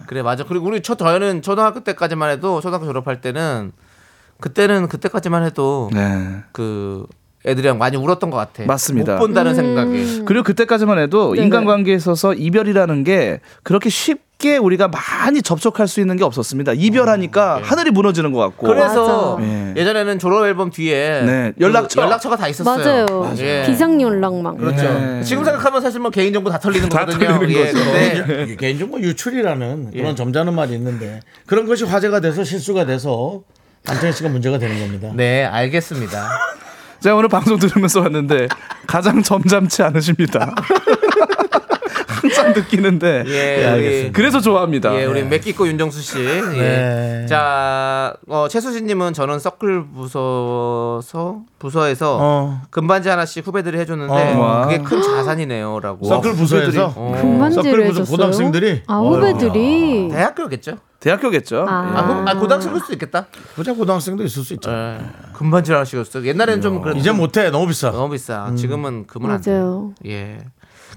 B: 그래, 맞아. 그리고 우리 저, 저는 초등학교 때까지만 해도, 초등학교 졸업할 때는, 그때는 그때까지만 해도,
I: 네.
B: 그, 애들이랑 많이 울었던 것 같아.
I: 맞습니다.
B: 못 본다는 생각에.
I: 그리고 그때까지만 해도 인간관계에 있어서 이별이라는 게 그렇게 쉽게 우리가 많이 접촉할 수 있는 게 없었습니다.
A: 음,
I: 이별하니까
A: 네.
I: 하늘이 무너지는 것 같고.
B: 그래서
I: 맞아.
B: 예전에는 졸업 앨범 뒤에
I: 네,
B: 그
I: 연락처.
B: 연락처가 다 있었어요.
G: 맞아요.
B: 예.
G: 비상 연락망.
B: 그렇죠.
I: 네.
B: 지금 생각하면 사실 뭐 개인정보 다 털리는
I: 다
B: 거거든요.
I: 털리는
B: 예,
I: 거죠.
B: 근데
A: 이 개인정보 뭐 유출이라는 그런 점잖은 말이 있는데 그런 것이 화제가 돼서 실수가 돼서 안창희 씨가 문제가 되는 겁니다.
B: 네, 알겠습니다.
I: 제가 오늘 방송 들으면서 왔는데 가장 점잖지 않으십니다. 항상 느끼는데.
B: 예, 알겠습니다.
I: 그래서 좋아합니다. 네.
B: 예, 우리 맥기꼬 윤정수 씨. 예.
A: 네.
B: 자, 어, 최수진님은 저는 서클 부서서 부서에서
A: 어.
B: 금반지 하나씩 후배들이 해줬는데
A: 어.
I: 와.
B: 그게 큰 자산이네요라고.
A: 서클 부서에서
B: 어,
G: 금반지를
A: 서클
G: 해줬어요.
A: 부서 고등학생들이
G: 아 후배들이
B: 대학교겠죠?
I: 대학교겠죠. 예.
G: 아.
B: 아, 후- 아, 고등학생일 수도 있겠다.
A: 부자 고등학생도 있을 수 있죠.
B: 예. 금반지 하나씩 줬어요. 옛날에는 좀 그런
A: 어. 이제 뭐. 못해 너무 비싸.
B: 너무 비싸. 지금은 금은
G: 음,
B: 안 돼.
G: 맞아요.
B: 예.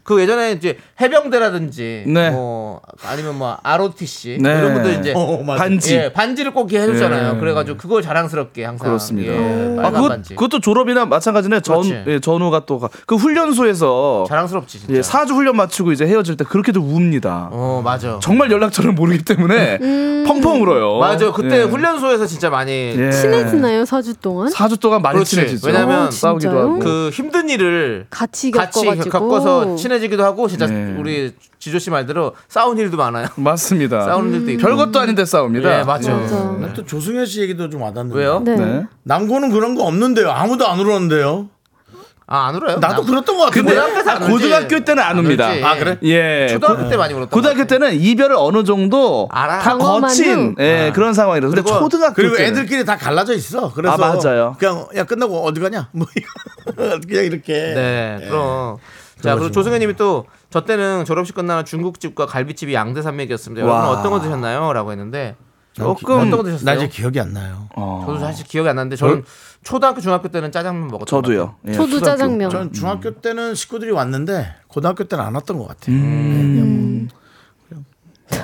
B: 그 예전에 이제 해병대라든지
I: 네.
B: 뭐 아니면 뭐 ROTC
I: 네.
B: 이런 분들 이제
A: 어, 어, 맞아.
I: 반지.
B: 예, 반지를 꼭 이렇게 해줬잖아요.
I: 예.
B: 그래가지고 그걸 자랑스럽게 항상
I: 그렇습니다.
B: 예,
I: 아,
B: 빨간
I: 그것,
B: 반지.
I: 그것도 졸업이나 마찬가지네. 전,
B: 그렇지.
I: 예, 전우가 또 그 훈련소에서
B: 자랑스럽지 진짜.
I: 예, 사주 훈련 마치고 이제 헤어질 때 그렇게도 웁니다.
B: 어 맞아.
I: 정말 연락처를 모르기 때문에
G: 음.
I: 펑펑 울어요.
B: 맞아. 그때
I: 예.
B: 훈련소에서 진짜 많이
I: 예.
A: 네.
G: 친해지나요 사주 동안?
I: 4주 동안 많이
B: 그렇지.
I: 친해지죠.
B: 왜냐면
I: 싸우기도
G: 진짜요?
I: 하고.
B: 그 힘든 일을
G: 같이
B: 같이
G: 겪어가지고
B: 겪어서 친해지기도 하고 진짜
I: 예.
B: 우리 지조 씨 말대로 싸운 일도 많아요.
I: 맞습니다.
B: 싸우는 일도
G: 음.
B: 있고.
I: 음. 별것도 아닌데 싸웁니다.
B: 예, 맞죠.
G: 맞아.
A: 난또 조승현 씨 얘기도 좀 와닿는데.
B: 왜요?
G: 네.
I: 네.
A: 남고는 그런 거 없는데요. 아무도 안 울었는데요.
B: 아, 안 울어요?
A: 나도
B: 나-
A: 그랬던 것 같은데.
I: 근데
B: 고등학교에서 안 울지.
I: 고등학교 때는 안 옵니다.
B: 울지. 네,
A: 아, 그래?
I: 예.
B: 초등학교 때 많이 울었다.
I: 고등학교 때는 이별을 어느 정도
B: 알아.
I: 다
G: 경험한 후.
I: 거친 예,
B: 아.
I: 그런 상황이라서 근데
B: 그리고-
I: 초등학교
A: 그리고
I: 때는
A: 애들끼리 다 갈라져 있어. 그래서
I: 아, 맞아요.
A: 그냥 야 끝나고 어디 가냐? 뭐 이거 그냥 이렇게.
B: 네,
A: 예.
B: 그럼. 자, 그리고
A: 그러시구나.
B: 조승현님이 또 저 때는 졸업식 끝나면 중국집과 갈비집이 양대산맥이었습니다.
I: 와.
B: 여러분 어떤 거 드셨나요? 라고 했는데
A: 난 기-
B: 조금
A: 난-
B: 어떤 거 드셨어요?
A: 나 이제 기억이 안 나요.
I: 어,
B: 저도 사실 기억이 안 나는데 저는 초등학교 중학교 때는 짜장면 먹었던 것 같아요.
I: 저도요. 예,
G: 저도
I: 초등학교.
G: 짜장면.
A: 전 중학교 때는 식구들이 왔는데 고등학교 때는 안 왔던 것 같아요.
G: 음,
A: 네, 그냥 뭐- 그냥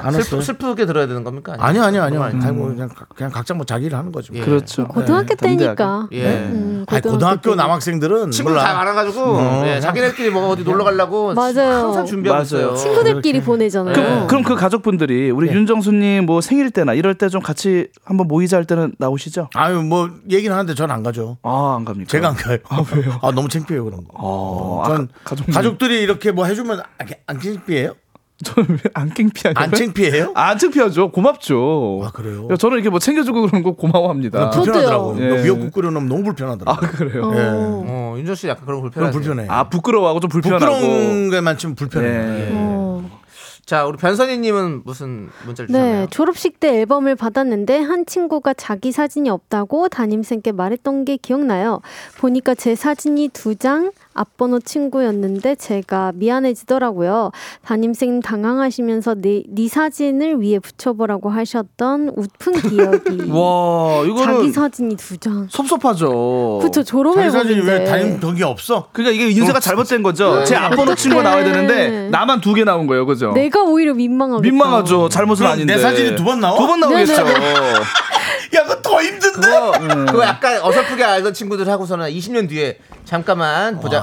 A: 안 왔어요.
B: 슬프, 슬프게 들어야 되는 겁니까? 아니면
A: 아니요, 아니요, 아니요.
B: 그런 거
A: 아니, 뭐 그냥, 가- 그냥 각자 뭐 자기를 하는 거죠.
B: 예.
I: 그렇죠.
G: 고등학교 때니까.
B: 예.
G: 음,
A: 아니, 고등학교 남학생들은
B: 친구
A: 몰라.
B: 다 많아가지고 예, 자기네끼리 뭐 어디 놀러 가려고
G: 맞아요.
B: 항상 준비하고
I: 맞아요.
B: 있어요.
G: 친구들끼리 보내잖아요.
I: 그럼, 그럼 그 가족분들이 우리 윤정수님 뭐 생일 때나 이럴 때 좀 같이 한번 모이자 할 때는 나오시죠?
A: 아유, 뭐 얘기는 하는데 전 안 가죠.
I: 아, 안 갑니까?
A: 제가 안 가요. 아, 왜요? 아, 너무 창피해요, 그런 거.
I: 어,
A: 전
I: 아, 가족분들-
A: 가족들이 이렇게 뭐 해주면 안- 안 창피해요?
I: 저는 왜안 창피하냐?
A: 안 창피해요?
I: 안 창피하죠. 고맙죠.
A: 아, 그래요?
I: 네?
A: 아,
I: 저는 이렇게 뭐 챙겨주고 그런 거 고마워합니다.
G: 저도요.
A: 불편하더라고.
I: 예.
A: 미역국 끓여놓으면 너무
I: 아,
A: 불편하더라고.
I: 그래요?
G: 어.
A: 예.
B: 어, 윤정 씨 약간 그런 거
A: 그럼
B: 불편하죠.
A: 불편해. 요
I: 아, 부끄러워하고 좀 불편하고.
A: 부끄러운 게만 치면 불편해. 요
I: 예.
G: 어,
B: 자, 우리 변선희님은 무슨 문자를 주셨나요?
G: 네, 졸업식 때 앨범을 받았는데 한 친구가 자기 사진이 없다고 담임쌤께 말했던 게 기억나요. 보니까 제 사진이 두 장, 앞번호 친구였는데 제가 미안해지더라고요. 담임쌤 당황하시면서 네, 네 사진을 위에 붙여보라고 하셨던 웃픈 기억이.
I: 와 이거는
G: 자기 사진이 두 장.
I: 섭섭하죠.
G: 그쵸 졸업해
A: 자기 사진이
G: 보는데.
A: 왜 다임 덕이 없어?
I: 그러니까 이게 인쇄가 잘못된 거죠. 제 앞번호
G: 어떡해.
I: 친구가 나와야 되는데 나만 두 개 나온 거예요,
A: 어.
I: 그죠?
G: 내가 오히려 민망하고.
I: 민망하죠. 잘못은
A: 그럼
I: 아닌데.
A: 내 사진이 두번 나와?
I: 두번 나오겠죠. 네.
A: 야, 그거 더 힘든데?
B: 그거, 어, 그거 약간 어설프게 알던 친구들 하고서는 20년 뒤에 잠깐만 보자.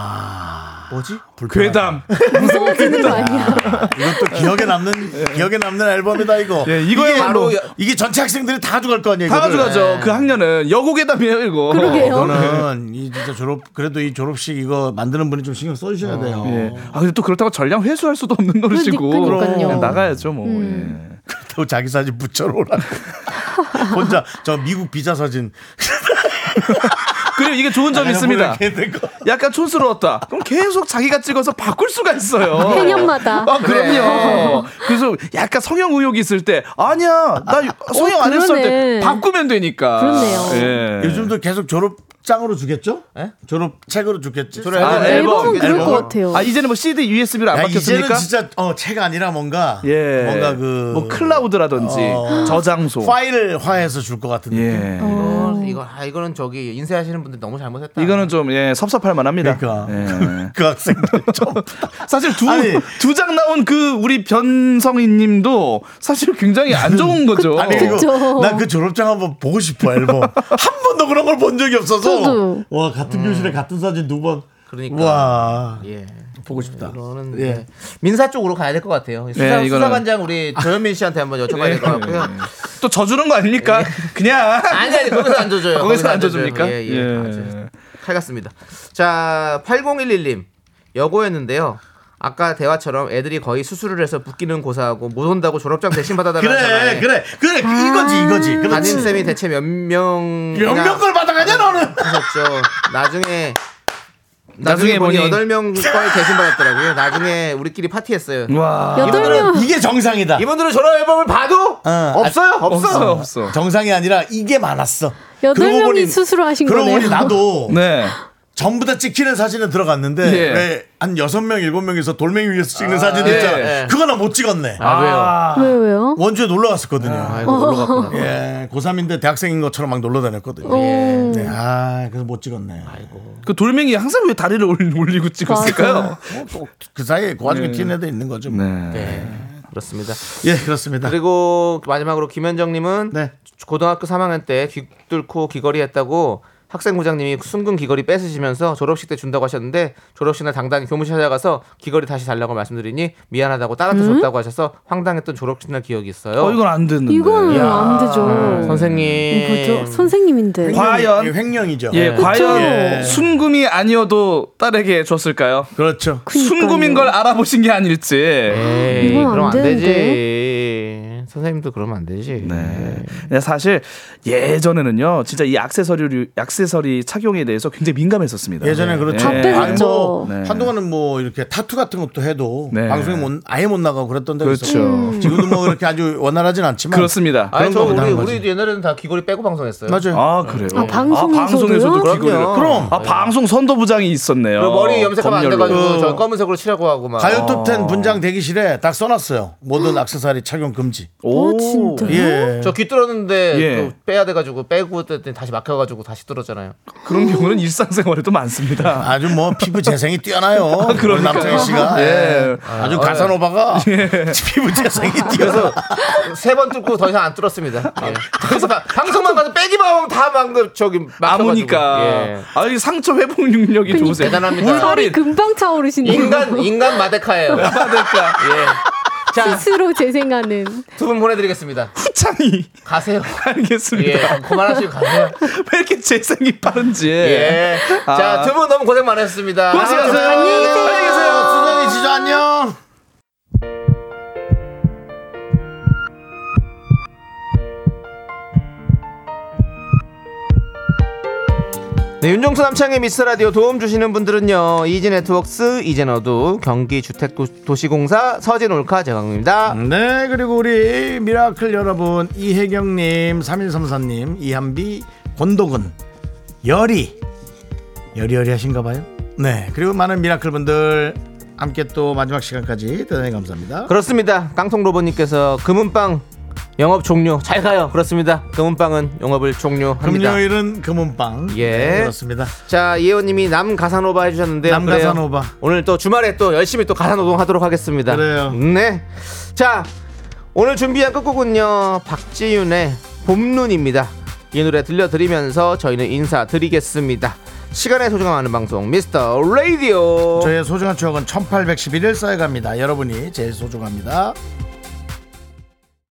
B: 뭐지?
I: 괴담.
G: 무서워지는 거 아니야.
A: 어, 이것도 기억에 남는 기억에 남는 앨범이다 이거.
I: 예, 이거야말로
A: 이게, 이게 전체 학생들이 다 가져갈 거 아니야.
I: 다
A: 이거를.
I: 가져가죠. 그 학년은 여고괴담이에요, 이거.
G: 네. 그러게요.
A: 이거는 이 진짜 졸업 그래도 이 졸업식 이거 만드는 분이 좀 신경 써주셔야 돼요.
I: 예. 아 근데 또 그렇다고 전량 회수할 수도 없는 노릇이고
G: 그러니까요. 음.
I: 그냥 나가야죠 뭐. 예.
A: 또 자기 사진 붙여놓으라고. 혼자 저 미국 비자 사진.
I: 그리고 이게 좋은
A: 아,
I: 점이 있습니다.
A: 보내게 된 거.
I: 약간 촌스러웠다. 그럼 계속 자기가 찍어서 바꿀 수가 있어요.
G: 해년마다. 네.
I: 아, 그럼요. 그래서 약간 성형 의욕이 있을 때 아니야 나 성형 안 했을 때
G: 어, 그러네.
I: 바꾸면 되니까.
G: 그렇네요.
I: 예.
A: 요즘도 계속 졸업장으로 주겠죠?
B: 예?
A: 졸업책으로 주겠지?
B: 졸업- 아,
G: 앨범은
I: 앨범.
G: 그럴
A: 앨범.
G: 것 같아요.
I: 아 이제는 뭐 CD USB로 안
A: 야,
I: 바뀌었습니까?
A: 이제는 진짜 어, 책 아니라 뭔가
I: 예.
A: 뭔가 그
I: 뭐 클라우드라든지
A: 어.
I: 저장소.
A: 파일화해서 줄 것 같은 데
I: 예.
G: 어.
B: 이거, 이거 아 이거는 저기 인쇄하시는 분들 너무 잘못했다.
I: 이거는 좀 예, 섭섭할 만합니다.
A: 그러니까.
I: 예.
A: 그 학생들 좀
I: 사실
A: 아니.
I: 두 두 장 나온 그 우리 변성희님도 사실 굉장히 안 좋은
B: 어.
I: 거죠.
A: 아니
G: 그쵸.
A: 그리고 난 그 졸업장 한번 보고 싶어 앨범 한 번도 그런 걸 본 적이 없어서
G: 저도.
A: 와 같은 교실에 같은 사진 두번
B: 음. 그러니까.
A: 와
B: 예.
A: 보고 싶다
B: 이거는
A: 예.
B: 네. 민사 쪽으로 가야 될 것 같아요. 수사,
I: 이거는-
B: 수사관장 우리 조현민 씨한테 한번 여쭤봐야 될 것 같고요.
I: 또 져주는 거 아닙니까? 그냥
B: 아니 아니 거기서 안 줘줘요.
I: 거기서 안 져줍니까?
B: 예, 예. 맞아요. 칼 같습니다. 자 8011님 여고였는데요. 아까 대화처럼 애들이 거의 수술을 해서 붓기는 고사하고 못 온다고 졸업장 대신 받아달라는
A: 그래
B: 전화에
A: 그래 그래
G: 아.
A: 이거지 이거지 그렇지
B: 담임쌤이 대체 몇 명이나
A: 몇몇 걸 받아가냐 너는
B: 하셨죠. 나중에
I: 나중에
B: 나중에 보니
I: 보니.
B: 여덟 명 걸 대신 받았더라고요. 나중에 우리끼리 파티했어요.
I: 와
G: 여덟 명
A: 이게 정상이다
B: 이분들은 저런 앨범을 봐도 아,
A: 어.
B: 없어요?
I: 없어
B: 없어.
I: 없어.
A: 정상이 아니라 이게 많았어
G: 여덟
A: 그러고
G: 명이
A: 보니-
G: 수술을 하신
A: 그러고
G: 거네요.
A: 보니 나도
I: 네.
A: 전부 다 찍히는 사진에 들어갔는데
I: 예.
A: 왜 한 여섯 명 일곱 명에서 돌멩이 위에서 찍는 사진
I: 예.
A: 있잖아
B: 예.
A: 그거 나 못 찍었네
B: 아, 왜요?
G: 왜 왜요?
A: 원주에 놀러 갔었거든요
B: 아이고 놀러 갔구나.
A: 예, 고3인데 대학생인 것처럼 막 놀러 다녔거든요.
G: 어.
A: 네, 아, 그래서 못 찍었네. 아이고.
I: 그 돌멩이 항상 왜 다리를 올- 올리고 찍었을까요?
A: 그 사이에 그 와중에 튀는 애도 있는 거죠. 뭐.
B: 네. 그렇습니다.
A: 예, 그렇습니다.
B: 그리고 마지막으로 김현정님은
A: 네.
B: 고등학교 3학년 때 귀뚫고 귀걸이 했다고 학생부장님이 순금 귀걸이 뺏으시면서 졸업식 때 준다고 하셨는데 졸업식 날 당당히 교무실 찾아가서 귀걸이 다시 달라고 말씀드리니 미안하다고 딸한테 줬다고 하셔서 황당했던 졸업식 날 기억이 있어요.
I: 어 이건 안 듣는데.
G: 이거는 안 되죠.
A: 음.
B: 선생님.
G: 뭐죠? 선생님인데.
I: 과연?
A: 예, 횡령이죠.
I: 예,
G: 그
I: 과연
A: 예.
I: 순금이 아니어도 딸에게 줬을까요?
A: 그렇죠.
G: 그러니까요.
I: 순금인 걸 알아보신 게 아닐지.
B: 에이,
G: 이건 안
B: 그럼 안 되지.
G: 되는데.
B: 선생님도 그러면 안 되지.
I: 네. 근데 사실 예전에는요, 진짜 이 액세서리 액세서리 착용에 대해서 굉장히 민감했었습니다.
A: 예전에
I: 네.
A: 그렇죠.
G: 다
I: 네.
G: 빼고
A: 아니, 뭐
I: 네.
A: 한동안은 뭐 이렇게 타투 같은 것도 해도
I: 네.
A: 방송에 못, 아예 못 나가고 그랬던 적이
I: 그렇죠.
A: 있었죠. 지금도 뭐 그렇게 아주 원활하진 않지만
I: 그렇습니다.
B: 아니 저
A: 그런 거
B: 우리
A: 당한 거지.
B: 우리도 옛날에는 다 귀걸이 빼고 방송했어요.
A: 맞아요.
I: 아 그래요.
G: 아, 방송에서도요?
I: 방송에서도
B: 그럼요.
I: 귀걸이를.
A: 그럼.
I: 아 방송 선도부장이 있었네요.
B: 그리고 머리 염색하면 안
I: 검열로.
B: 돼가지고
A: 그-
B: 저 검은색으로 칠하고 하고 막.
A: 가요 톱텐 분장 대기실에 딱 써놨어요. 모든 악세사리 착용 금지.
I: 오,
G: 어, 진짜.
A: 예.
B: 저 귀 뚫었는데
I: 예.
B: 또 빼야 돼가지고 빼고 했더니 다시 막혀가지고 다시 뚫었잖아요.
I: 그런 경우는 일상생활에도 많습니다.
A: 아주 뭐 피부 재생이 뛰어나요. 우리
I: 아, 그러니까요.
A: 남창희 씨가
I: 예.
A: 아주 가사노바가 피부 재생이 뛰어서
B: 세 번 뚫고 더 이상 안 뚫었습니다. 예. 그래서 막 방송만 가서 빼기만 하면 다막 그 저기
I: 안
B: 막혀가지고.
I: 오니까.
B: 예.
I: 아, 이 상처 회복 능력이 좋으세요.
B: 대단합니다.
G: 살이
I: 울버린.
G: 금방 차오르시네요.
B: 인간 인간 마데카예요.
I: 그러니까
B: 예. 자두 분
G: 스스로 재생하는.
B: 보내드리겠습니다.
I: 후창이
B: 가세요.
I: 알겠습니다.
B: 예. 그만하시고 가세요.
I: 왜 이렇게 재생이 빠른지.
B: 예. 자
I: 아.
B: 두 분 너무 고생 많으셨습니다.
I: 고생하세요. 안녕히 계세요. 아.
A: 안녕히 계세요. 수선이 지조 안녕.
B: 네, 윤종수 남창의 미스 라디오 도움 주시는 분들은요. 이지 네트워크스, 이젠어두, 경기 주택 도시공사, 서진 올카 제광입니다.
A: 네 그리고 우리 미라클 여러분 이혜경님, 3134님, 이한비, 권도근, 열이 열이열이 하신가봐요. 네. 그리고 많은 미라클 분들 함께 또 마지막 시간까지 대단히 감사합니다.
B: 그렇습니다. 깡통 로봇님께서 금은빵 영업 종료 잘 가요. 그렇습니다. 금은빵은 영업을 종료합니다.
A: 금요일은 금은빵.
B: 예.
A: 네, 그렇습니다.
B: 자 예원님이 남 가사노바 해주셨는데요.
A: 남
B: 그래요.
A: 가사노바.
B: 오늘 또 주말에 또 열심히 또 가사노동하도록 하겠습니다.
A: 그래요.
B: 네. 자 오늘 준비한 끝곡은요 박지윤의 봄눈입니다. 이 노래 들려드리면서 저희는 인사드리겠습니다. 시간의 소중함 아는 방송 미스터 라디오.
A: 저의 소중한 추억은 1811일 쌓여갑니다. 여러분이 제일 소중합니다.